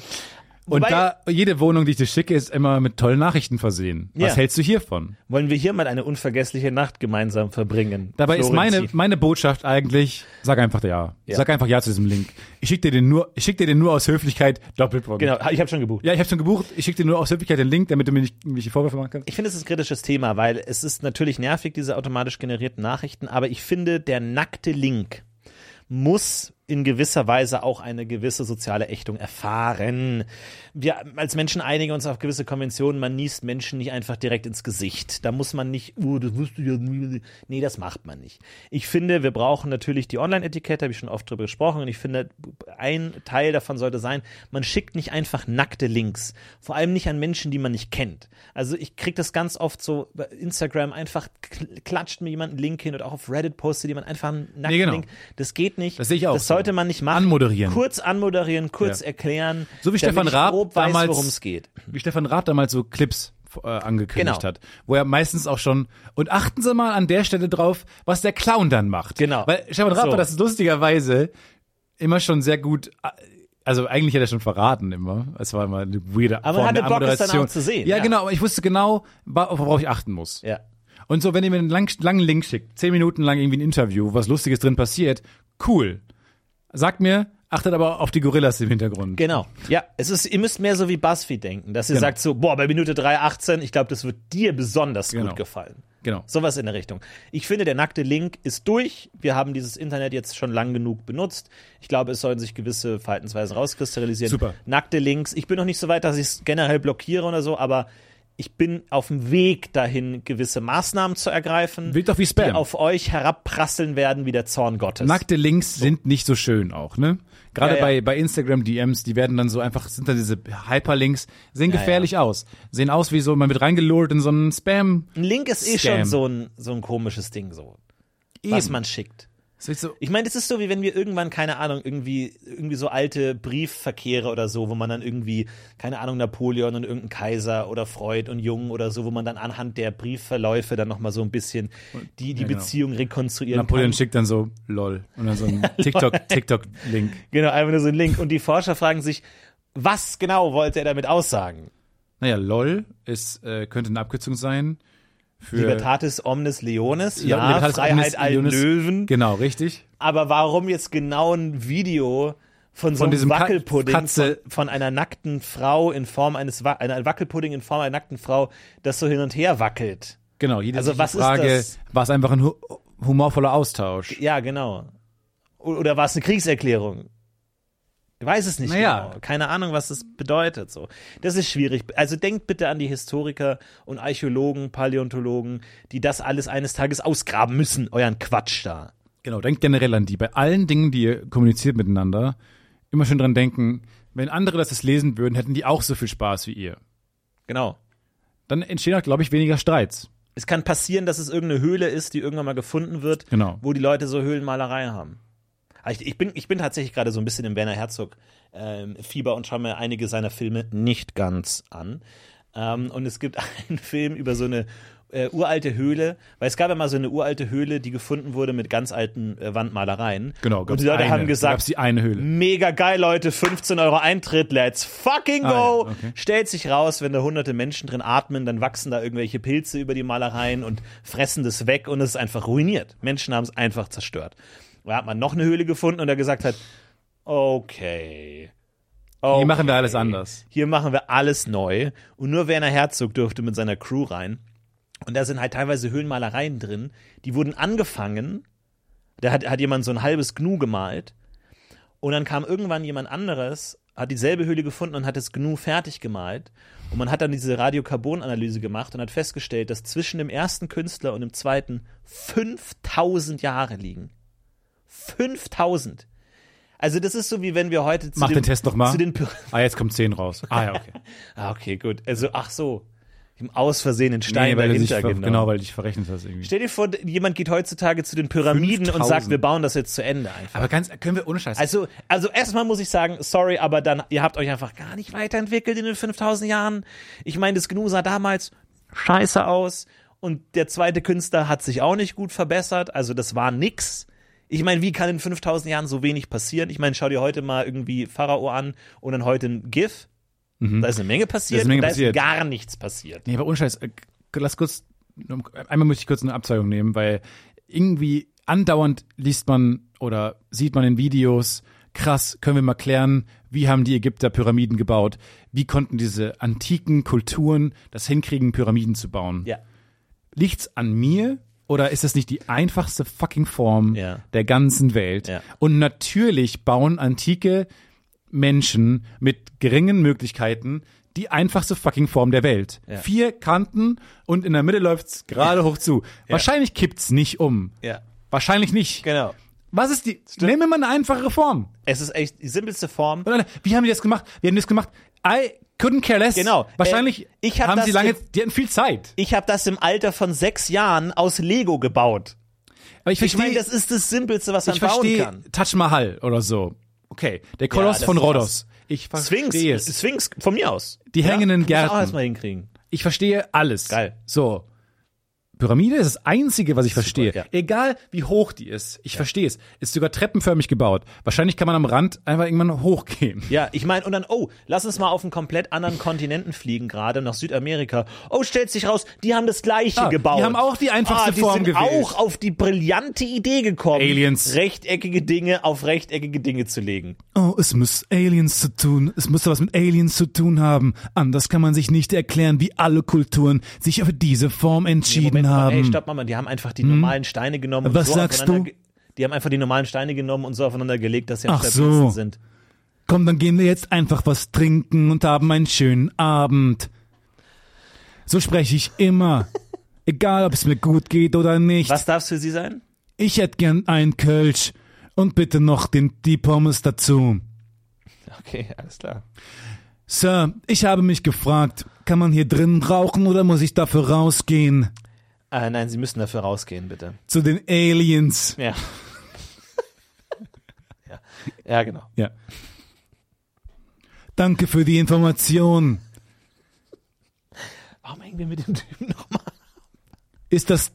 und Wobei- da jede Wohnung, die ich dir schicke, ist immer mit tollen Nachrichten versehen. Ja. Was hältst du hiervon? Wollen wir hier mal eine unvergessliche Nacht gemeinsam verbringen? Dabei ist meine, Florentin? meine Botschaft eigentlich, sag einfach ja. Ja. Sag einfach ja zu diesem Link. Ich schicke dir den nur, ich schicke dir den nur aus Höflichkeit Doppelpunkt. Genau, ich habe schon gebucht. Ja, ich habe schon gebucht. Ich schicke dir nur aus Höflichkeit den Link, damit du mir nicht irgendwelche Vorwürfe machen kannst. Ich finde, es ist ein kritisches Thema, weil es ist natürlich nervig, diese automatisch generierten Nachrichten, aber ich finde, der nackte Link muss in gewisser Weise auch eine gewisse soziale Ächtung erfahren. Wir als Menschen einigen uns auf gewisse Konventionen, man niest Menschen nicht einfach direkt ins Gesicht. Da muss man nicht, oh, das wusste ich ja. nie. Nee, das macht man nicht. Ich finde, wir brauchen natürlich die Online-Etikette, habe ich schon oft drüber gesprochen, und ich finde, ein Teil davon sollte sein, man schickt nicht einfach nackte Links. Vor allem nicht an Menschen, die man nicht kennt. Also ich kriege das ganz oft so bei Instagram einfach kl- klatscht mir jemand einen Link hin oder auch auf Reddit postet jemand einfach einen nackten Nee, genau. Link. Das geht nicht. Das sehe ich auch Das so. sollte man nicht machen. Anmoderieren. Kurz anmoderieren, kurz Ja. erklären. So wie Stefan damit ich Raab grob weiß, damals- worum es geht. wie Stefan Raab damals so Clips äh, angekündigt Genau. hat, wo er meistens auch schon und achten Sie mal an der Stelle drauf, was der Clown dann macht. Genau. Weil Stefan Raab So. war das lustigerweise immer schon sehr gut. äh, Also eigentlich hat er schon verraten immer. Es war immer eine Aber weirde Form man hatte der Bock, es dann Anmoderation. auch zu sehen, Ja, ja. genau. Aber ich wusste genau, wa- worauf ich achten muss. Ja. Und so, wenn ihr mir einen lang, langen Link schickt, zehn Minuten lang irgendwie ein Interview, was Lustiges drin passiert, cool. Sagt mir, achtet aber auf die Gorillas im Hintergrund. Genau. Ja, es ist, ihr müsst mehr so wie BuzzFeed denken, dass ihr Genau. sagt so, boah, bei Minute 3,18, ich glaube, das wird dir besonders Genau. gut gefallen. genau. Sowas in der Richtung. Ich finde, der nackte Link ist durch. Wir haben dieses Internet jetzt schon lang genug benutzt. Ich glaube, es sollen sich gewisse Verhaltensweisen rauskristallisieren. Super. Nackte Links. Ich bin noch nicht so weit, dass ich es generell blockiere oder so, aber ich bin auf dem Weg dahin, gewisse Maßnahmen zu ergreifen, Wirkt doch wie die Spam. auf euch herabprasseln werden wie der Zorn Gottes. Nackte Links sind nicht so schön auch, ne? Gerade Ja, ja. bei, bei Instagram DMs, die werden dann so einfach, sind dann diese Hyperlinks, sehen gefährlich aus. Sehen aus wie so, man wird reingelurrt in so einen Spam. Ein Link ist eh Scam. schon so ein, so ein komisches Ding, so. Was Eben. man schickt. So, ich so, Ich meine, das ist so, wie wenn wir irgendwann, keine Ahnung, irgendwie, irgendwie so alte Briefverkehre oder so, wo man dann irgendwie, keine Ahnung, Napoleon und irgendein Kaiser oder Freud und Jung oder so, wo man dann anhand der Briefverläufe dann nochmal so ein bisschen die, die Ja, genau. Beziehung rekonstruieren Napoleon kann. schickt dann so, lol. Und dann so ein TikTok, TikTok-Link. Genau, einfach nur so ein Link. Und die Forscher fragen sich, was genau wollte er damit aussagen? Naja, lol ist, äh, könnte eine Abkürzung sein. Für Libertatis omnes leones, ja, Libertatis omnes Freiheit allen leones. Löwen. Genau, richtig. Aber warum jetzt genau ein Video von so Von einem diesem Ka- Wackelpudding Katze- Von, von einer nackten Frau in Form eines Wa einer Wackelpudding in Form einer nackten Frau, das so hin und her wackelt? Genau, jede Also, was ist Frage das? war es einfach ein hu humorvoller Austausch. Ja, genau. O- Oder war es eine Kriegserklärung? Ich weiß es nicht Naja. genau. Keine Ahnung, was das bedeutet. So, das ist schwierig. Also denkt bitte an die Historiker und Archäologen, Paläontologen, die das alles eines Tages ausgraben müssen. Euren Quatsch da. Genau, denkt generell an die. Bei allen Dingen, die ihr kommuniziert miteinander, immer schön dran denken, wenn andere das jetzt lesen würden, hätten die auch so viel Spaß wie ihr. Genau. Dann entstehen auch, glaube ich, weniger Streits. Es kann passieren, dass es irgendeine Höhle ist, die irgendwann mal gefunden wird, Genau. wo die Leute so Höhlenmalereien haben. Aber Ich, ich, bin, ich bin tatsächlich gerade so ein bisschen im Werner Herzog ähm, Fieber und schaue mir einige seiner Filme nicht ganz an. Ähm, und es gibt einen Film über so eine äh, uralte Höhle, weil es gab ja mal so eine uralte Höhle, die gefunden wurde mit ganz alten äh, Wandmalereien. Genau, Und die Leute eine, haben gab es gesagt, die eine Höhle. mega geil, Leute, 15 Euro Eintritt, let's fucking go. Ah, ja, okay. Stellt sich raus, wenn da hunderte Menschen drin atmen, dann wachsen da irgendwelche Pilze über die Malereien und fressen das weg und es ist einfach ruiniert. Menschen haben es einfach zerstört. Da hat man noch eine Höhle gefunden und er gesagt hat, okay. Hier okay. machen wir alles anders. Hier machen wir alles neu. Und nur Werner Herzog durfte mit seiner Crew rein. Und da sind halt teilweise Höhlenmalereien drin. Die wurden angefangen. Da hat, hat jemand so ein halbes Gnu gemalt. Und dann kam irgendwann jemand anderes, hat dieselbe Höhle gefunden und hat das Gnu fertig gemalt. Und man hat dann diese Radiokarbonanalyse gemacht und hat festgestellt, dass zwischen dem ersten Künstler und dem zweiten 5000 Jahre liegen. 5000. Also das ist so, wie wenn wir heute zu Mach dem, den Test nochmal. Zu den Py- Ah, jetzt kommt 10 raus. Ah, ja, okay. ah, okay, gut. Also, ach so. Im aus Versehen den Stein weil du dich dahinter, ver- genau. genau, weil du dich verrechnet hast irgendwie. Stell dir vor, jemand geht heutzutage zu den Pyramiden und sagt, 5000. wir bauen das jetzt zu Ende einfach. Aber ganz, können wir ohne Scheiß. Also, also erstmal muss ich sagen, sorry, aber dann, ihr habt euch einfach gar nicht weiterentwickelt in den 5000 Jahren. Ich meine, das GNU sah damals scheiße aus und der zweite Künstler hat sich auch nicht gut verbessert. Also, das war nix. Ich meine, wie kann in 5000 Jahren so wenig passieren? Ich meine, schau dir heute mal irgendwie Pharao an und dann heute ein GIF. Da ist eine Menge passiert Menge und Mhm. da passiert. ist gar nichts passiert. Nee, aber ohne Scheiß, äh, lass kurz, äh, einmal möchte ich kurz eine Abzweigung nehmen, weil irgendwie andauernd liest man oder sieht man in Videos, krass, können wir mal klären, wie haben die Ägypter Pyramiden gebaut? Wie konnten diese antiken Kulturen das hinkriegen, Pyramiden zu bauen? Ja. Liegt's an mir? Oder ist das nicht die einfachste fucking Form Ja. der ganzen Welt? Ja. Und natürlich bauen antike Menschen mit geringen Möglichkeiten die einfachste fucking Form der Welt. Vier Kanten und in der Mitte läuft's gerade hoch zu. Wahrscheinlich kippt's nicht um. Ja. Wahrscheinlich nicht. Genau. Was ist die? Nehmen wir mal eine einfachere Form. Es ist echt die simpelste Form. Und dann, Wie haben die das gemacht? Wie haben die das gemacht? I couldn't care less. Genau. Wahrscheinlich Äh, ich hab haben das sie lange, ge- die hatten viel Zeit. Ich habe das im Alter von sechs Jahren aus Lego gebaut. Aber ich Ich meine, verstehe, das ist das Simpelste, was man ich bauen verstehe kann. Taj Mahal oder so. Okay, der Koloss das von ist Rhodos. Ich Sphinx, verstehe es. Sphinx, von mir aus. Die hängenden Muss ich auch Gärten. erstmal hinkriegen. Ich verstehe alles. Geil. So. Pyramide ist das Einzige, was ich verstehe. ja. Egal wie hoch die ist, ich verstehe es. Ist sogar treppenförmig gebaut. Wahrscheinlich kann man am Rand einfach irgendwann hochgehen. Ja, ich meine, und dann, oh, lass uns mal auf einen komplett anderen Kontinenten fliegen, gerade nach Südamerika. Oh, stellt sich raus, die haben das Gleiche Ah, die gebaut. haben auch die einfachste ah, die Form sind gewählt. auch auf die brillante Idee gekommen, Aliens. rechteckige Dinge auf rechteckige Dinge zu legen. Oh, es muss Aliens zu tun. Es muss da was mit Aliens zu tun haben. Anders kann man sich nicht erklären, wie alle Kulturen sich für diese Form entschieden Moment, haben. Ey, stopp mal, Mann, die haben einfach die normalen Steine genommen. und Hm? Was so sagst aufeinander du? ge- Die haben einfach die normalen Steine genommen und so aufeinander gelegt, dass sie am Ach so. stabilsten sind. Komm, dann gehen wir jetzt einfach was trinken und haben einen schönen Abend. So spreche ich immer. Egal, ob es mir gut geht oder nicht. Was darf es für sie sein? Ich hätte gern einen Kölsch und bitte noch den, die Pommes dazu. Okay, alles klar. Sir, ich habe mich gefragt, kann man hier drin rauchen oder muss ich dafür rausgehen? Ah, nein, sie müssen dafür rausgehen, bitte. Zu den Aliens. Ja. ja. Ja, genau. Ja. Danke für die Information. Warum hängen wir mit dem Typen nochmal? Ist das,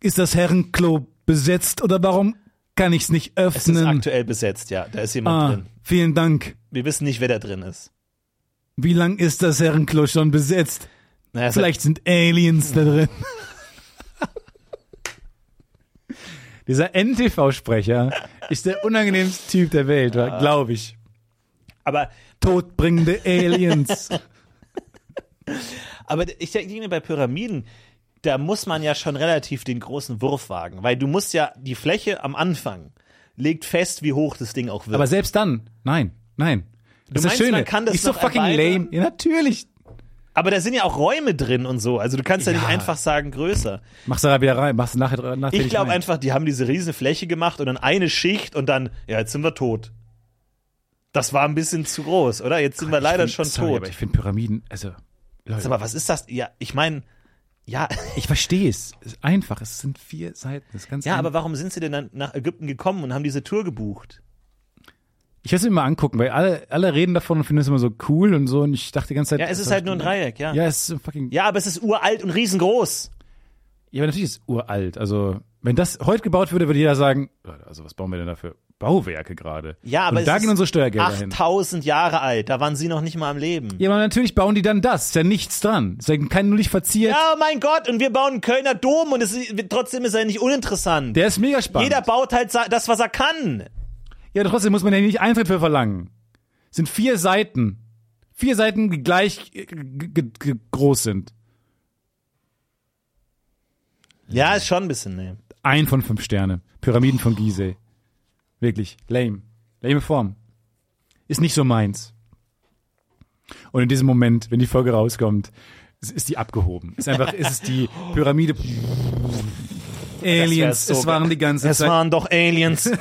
ist das Herrenklo besetzt oder warum kann ich es nicht Es ist öffnen? aktuell besetzt, ja. Da ist jemand ah, drin. vielen Dank. Wir wissen nicht, wer da drin ist. Wie lang ist das Herrenklo schon besetzt? Naja, es Vielleicht sind Aliens da drin. Dieser NTV-Sprecher ist der unangenehmste Typ der Welt, glaube ich. hat- aber, Todbringende Aliens. aber ich denke mir bei Pyramiden, da muss man ja schon relativ den großen Wurf wagen, weil du musst ja die Fläche am Anfang legt fest, wie hoch das Ding auch wird. Aber selbst dann, nein, nein. Das ist das meinst, Schöne. man kann das ist so noch fucking erweitern? lame. Ja, natürlich. Aber da sind ja auch Räume drin und so. Also du kannst ja, nicht Ja. einfach sagen, größer. Mach's da wieder rein, mach's nachher nachher Ich glaube rein. einfach, die haben diese riesen Fläche gemacht und dann eine Schicht und dann, ja, jetzt sind wir tot. Das war ein bisschen zu groß, oder? Jetzt sind wir Ich leider find- schon sorry, Aber tot. ich finde Pyramiden, also Leute, Sag mal, was ist das? Ja, ich meine, ja, ich verstehe es. Es Ist einfach, es sind vier Seiten. Es Ist ganz ja, einfach. aber warum sind sie denn dann nach Ägypten gekommen und haben diese Tour gebucht? Ich werde es mir mal angucken, weil alle, alle reden davon und finden es immer so cool und so. Und ich dachte die ganze Zeit. Ja, es ist das halt hab nur ein ich- Dreieck, ja. Ja, es ist so fucking. Ja. Ja, aber es ist uralt und riesengroß. aber natürlich ist es uralt. Also, wenn das heute gebaut würde, würde jeder sagen: Leute, also, was bauen wir denn dafür? Bauwerke gerade. Ja, aber und es da ist gehen unsere Steuergelder hin. 8000 Jahre alt, da waren sie noch nicht mal am Leben. Ja, aber natürlich bauen die dann das. Ist ja nichts dran. Ist ja kein Null verziert. Ja, mein Gott, und wir bauen einen Kölner Dom und es ist, trotzdem ist er nicht uninteressant. Der ist mega spannend. Jeder baut halt sa- das, was er kann. ja, trotzdem muss man ja nicht Eintritt für verlangen. Sind vier Seiten. Vier Seiten, die gleich äh, g- g- g- groß sind. Ja, ist schon ein bisschen, ne. Ein von fünf Sterne. Pyramiden von Gizeh. Wirklich. Lame. Lame Form. Ist nicht so meins. Und in diesem Moment, wenn die Folge rauskommt, ist- ist die abgehoben. Ist einfach, ist es die Pyramide. Aliens. so es waren die ganze Es Zeit. waren doch Aliens.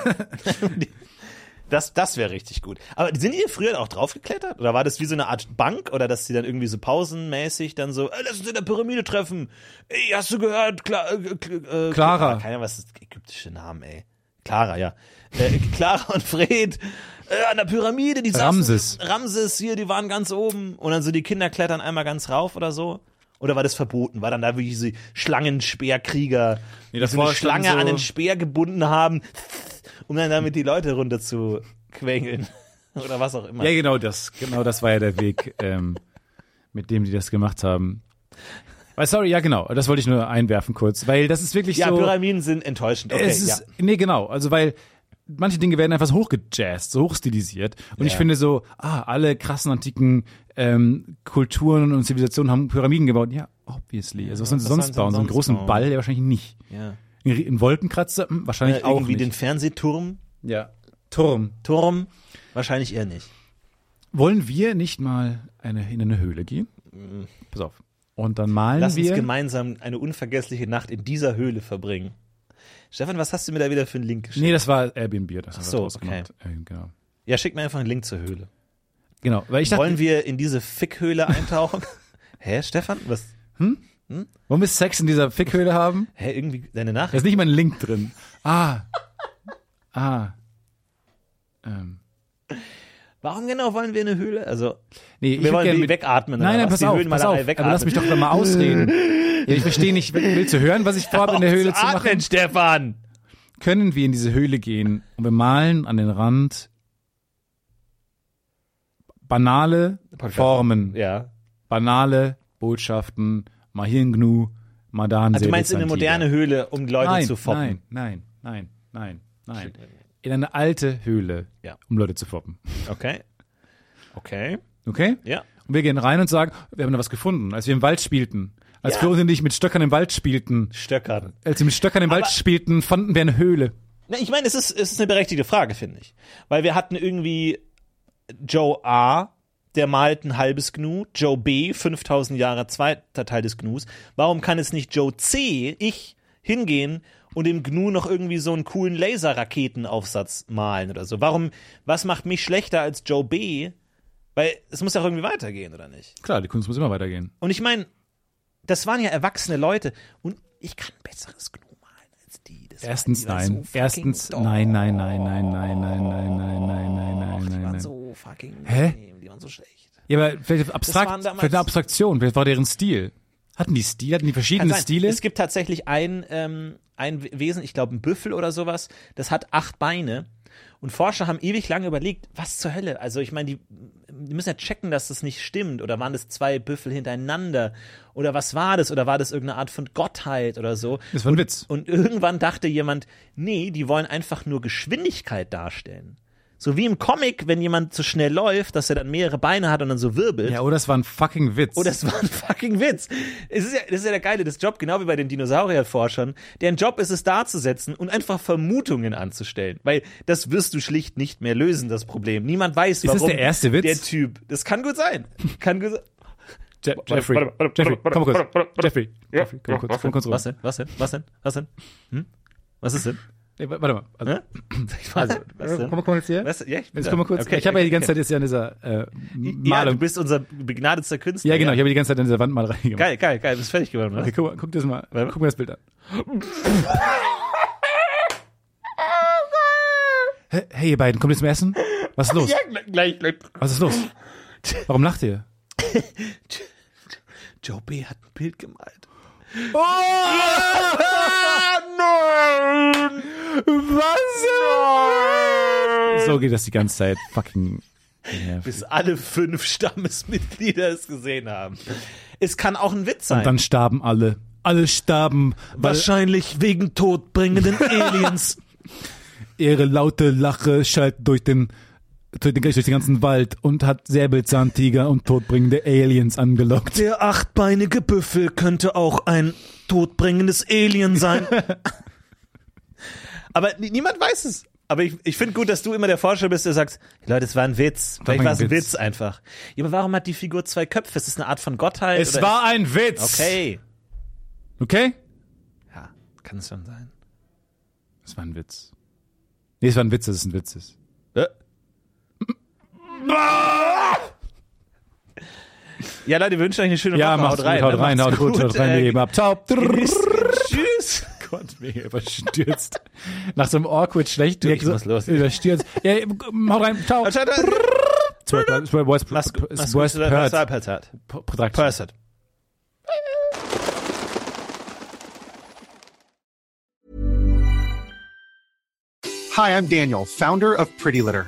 Das, das wäre richtig gut. Aber sind die früher auch draufgeklettert? Oder war das wie so eine Art Bank? Oder dass sie dann irgendwie so pausenmäßig dann so, "Ey, lass uns in der Pyramide treffen. Ey, hast du gehört? Kla äh, kl- äh, Clara. Keiner was ist ägyptische Namen, ey. Clara, ja. Äh, Clara und Fred äh, an der Pyramide, die saßen- Ramses. Ramses hier, die waren ganz oben. Und dann so die Kinder klettern einmal ganz rauf oder so. Oder war das verboten? War dann da wie diese Schlangenspeerkrieger, die Nee, das so eine war schon Schlange so- an den Speer gebunden haben, um dann damit die Leute runter zu quengeln. Oder was auch immer. Ja, genau das. Genau das war ja der Weg, ähm, mit dem die das gemacht haben. Weil, sorry, ja, genau. Das wollte ich nur einwerfen kurz, weil das ist wirklich ja, so. Pyramiden sind enttäuschend. Okay, es ist, ja. Nee, genau. Also, weil manche Dinge werden einfach so hochgejazzt, so hochstilisiert. Und ich finde so, ah, alle krassen antiken ähm, Kulturen und Zivilisationen haben Pyramiden gebaut. Ja, obviously. Also, was sollen sie was sonst sollen sie bauen? So einen sonst großen bauen? Ball, ja, wahrscheinlich nicht. Ja. Ein Rie- Ein Wolkenkratzer? Hm, Äh, wahrscheinlich auch irgendwie nicht. den Fernsehturm, ja. Turm. Turm, wahrscheinlich eher nicht. Wollen wir nicht mal eine, in eine Höhle gehen? Pass auf. Und dann malen Mm. Lass uns wir. gemeinsam eine unvergessliche Nacht in dieser Höhle verbringen. Stefan, was hast du mir da wieder für einen Link geschickt? nee, das war Airbnb. Das Ach so, okay. genau. Ja, schick mir einfach einen Link zur Höhle. Genau, weil ich dachte, Wollen wollen wir, wir in diese Fickhöhle eintauchen? Hä, Stefan? Was? wollen wir Sex in dieser Fickhöhle haben? Hä, irgendwie deine Da Nachricht? ist nicht mal ein Link drin. Ah. ah. Ähm. Warum genau wollen wir in eine Höhle? Also, Nee, wir ich wollen gerne die mit, wegatmen. Nein, oder nein, was? pass die auf, pass Höhlenmalerei auf. wegatmen. Aber lass mich doch doch mal ausreden. ja, ich verstehe nicht, willst du hören, was ich vorhabe, in der Höhle zu machen? Atmen, Stefan! können wir in diese Höhle gehen und wir malen an den Rand banale Podcast. Formen, Ja. banale Botschaften, mal hier ein Gnu, mal da ein Also, du meinst in eine Säbelzahntiger. moderne Höhle, um Leute nein, zu foppen? Nein, nein, nein, nein, nein. In eine alte Höhle, Ja. um Leute zu foppen. Okay. Okay. Okay? Ja. Und wir gehen rein und sagen, wir haben da was gefunden, als wir im Wald spielten. Als Florentin und ich mit Stöckern im Wald spielten, Stöckern. als wir mit Stöckern im Wald spielten, fanden wir eine Höhle. Na, ich meine, es ist, es ist eine berechtigte Frage, finde ich. Weil wir hatten irgendwie Joe A., der malt ein halbes Gnu, Joe B., 5000 Jahre zweiter Teil des Gnus. Warum kann es nicht Joe C., ich, hingehen und dem Gnu noch irgendwie so einen coolen Laserraketenaufsatz malen oder so? Warum, was macht mich schlechter als Joe B.? Weil es muss ja auch irgendwie weitergehen, oder nicht? Klar, die Kunst muss immer weitergehen. Und ich meine, das waren ja erwachsene Leute und ich kann ein besseres Gnu malen als die. Das waren- Erstens die waren nein. So Erstens fucking nein, nein, nein, nein, nein, nein, nein, nein, nein, nein, nein, Die nein, waren nein. so fucking Hä? lame, die waren so schlecht. Ja, aber vielleicht waren abstrakt, damals- vielleicht eine Abstraktion, vielleicht war deren Stil. Hatten die Stil, hatten die verschiedene Kann sein. Stile? Es gibt tatsächlich ein, ähm, ein Wesen, ich glaube ein Büffel oder sowas, das hat acht Beine. Und Forscher haben ewig lange überlegt, was zur Hölle? Also ich meine, die, die müssen ja checken, dass das nicht stimmt. Oder waren das zwei Büffel hintereinander? Oder was war das? Oder war das irgendeine Art von Gottheit oder so? Das war ein Witz. Und irgendwann dachte jemand, nee, die wollen einfach nur Geschwindigkeit darstellen. So wie im Comic, wenn jemand zu schnell läuft, dass er dann mehrere Beine hat und dann so wirbelt. Ja, oder es war ein fucking Witz. Oh, das war ein fucking Witz. Es ist ja, das ist ja der geile des Job, genau wie bei den Dinosaurierforschern. Deren Job ist es darzusetzen und einfach Vermutungen anzustellen. Weil das wirst du schlicht nicht mehr lösen, das Problem. Niemand weiß, das warum der erste Witz? der Typ. Das kann gut sein. Kann gut sein. Je Jeffrey, Jeffrey, komm mal kurz. Jeffrey, Jeffrey, komm mal kurz, komm mal kurz Was rüber. denn? Was denn? Was denn? Was denn? Hm? Was ist denn? Nee, wa- Warte mal. Also, Hä? Also, was denn? komm mal kurz hier. Was, ja, ich bin Jetzt da. komm mal kurz. Okay, ich habe ja okay, die ganze okay. Zeit jetzt ja an dieser äh, Ja, du Malung. bist unser begnadetster Künstler. Ja, genau, ich habe die ganze Zeit an dieser Wandmalerei gemacht. Geil, geil, geil. Bist fertig geworden, oder? Okay, guck, mal- guck dir das mal, guck mir das Bild an. Hä- Hey, ihr beiden, kommt ihr zum Essen? Was ist los? gleich, gleich. Was ist los? Warum lacht ihr? Joe B. hat ein Bild gemalt. Oh! Nein! Was? So geht das die ganze Zeit. Fucking. nervig. bis alle fünf Stammesmitglieder es gesehen haben. Es kann auch ein Witz sein. Dann starben alle. Alle starben, weil Wahrscheinlich wegen todbringenden Aliens. ihre laute Lache schallt durch den, durch den, durch den ganzen Wald und hat Säbelzahntiger und todbringende Aliens angelockt. Der achtbeinige Büffel könnte auch ein todbringendes Alien sein. Aber ni- niemand weiß es. Aber ich, ich finde gut, dass du immer der Forscher bist, der sagt, Leute, es war ein Witz. Vielleicht ein war es ein Witz. Witz. einfach. Ja, aber warum hat die Figur zwei Köpfe? Ist das eine Art von Gottheit? Es oder war ein Witz. Okay. Okay? Ja, kann es schon sein? Das war ein Witz. Nee, es war ein Witz, dass es ein Witz ist. Ja, Leute, wir wünschen euch eine schöne Ja, Woche. macht's gut, haut ne? rein, haut Macht's gut, haut rein, äh, wir geben ab. Taub. Tschüss. Gott, mega überstürzt. Nach so einem awkward schlecht. ich muss los. Überstürzt. Ja, haut rein. Ciao. Ciao, ciao. It's worst, Mach's gut. Mach's it's gut. worst Mach's hurt. gut. Mach's gut. Production. Person. Hi, I'm Daniel, founder of Pretty Litter.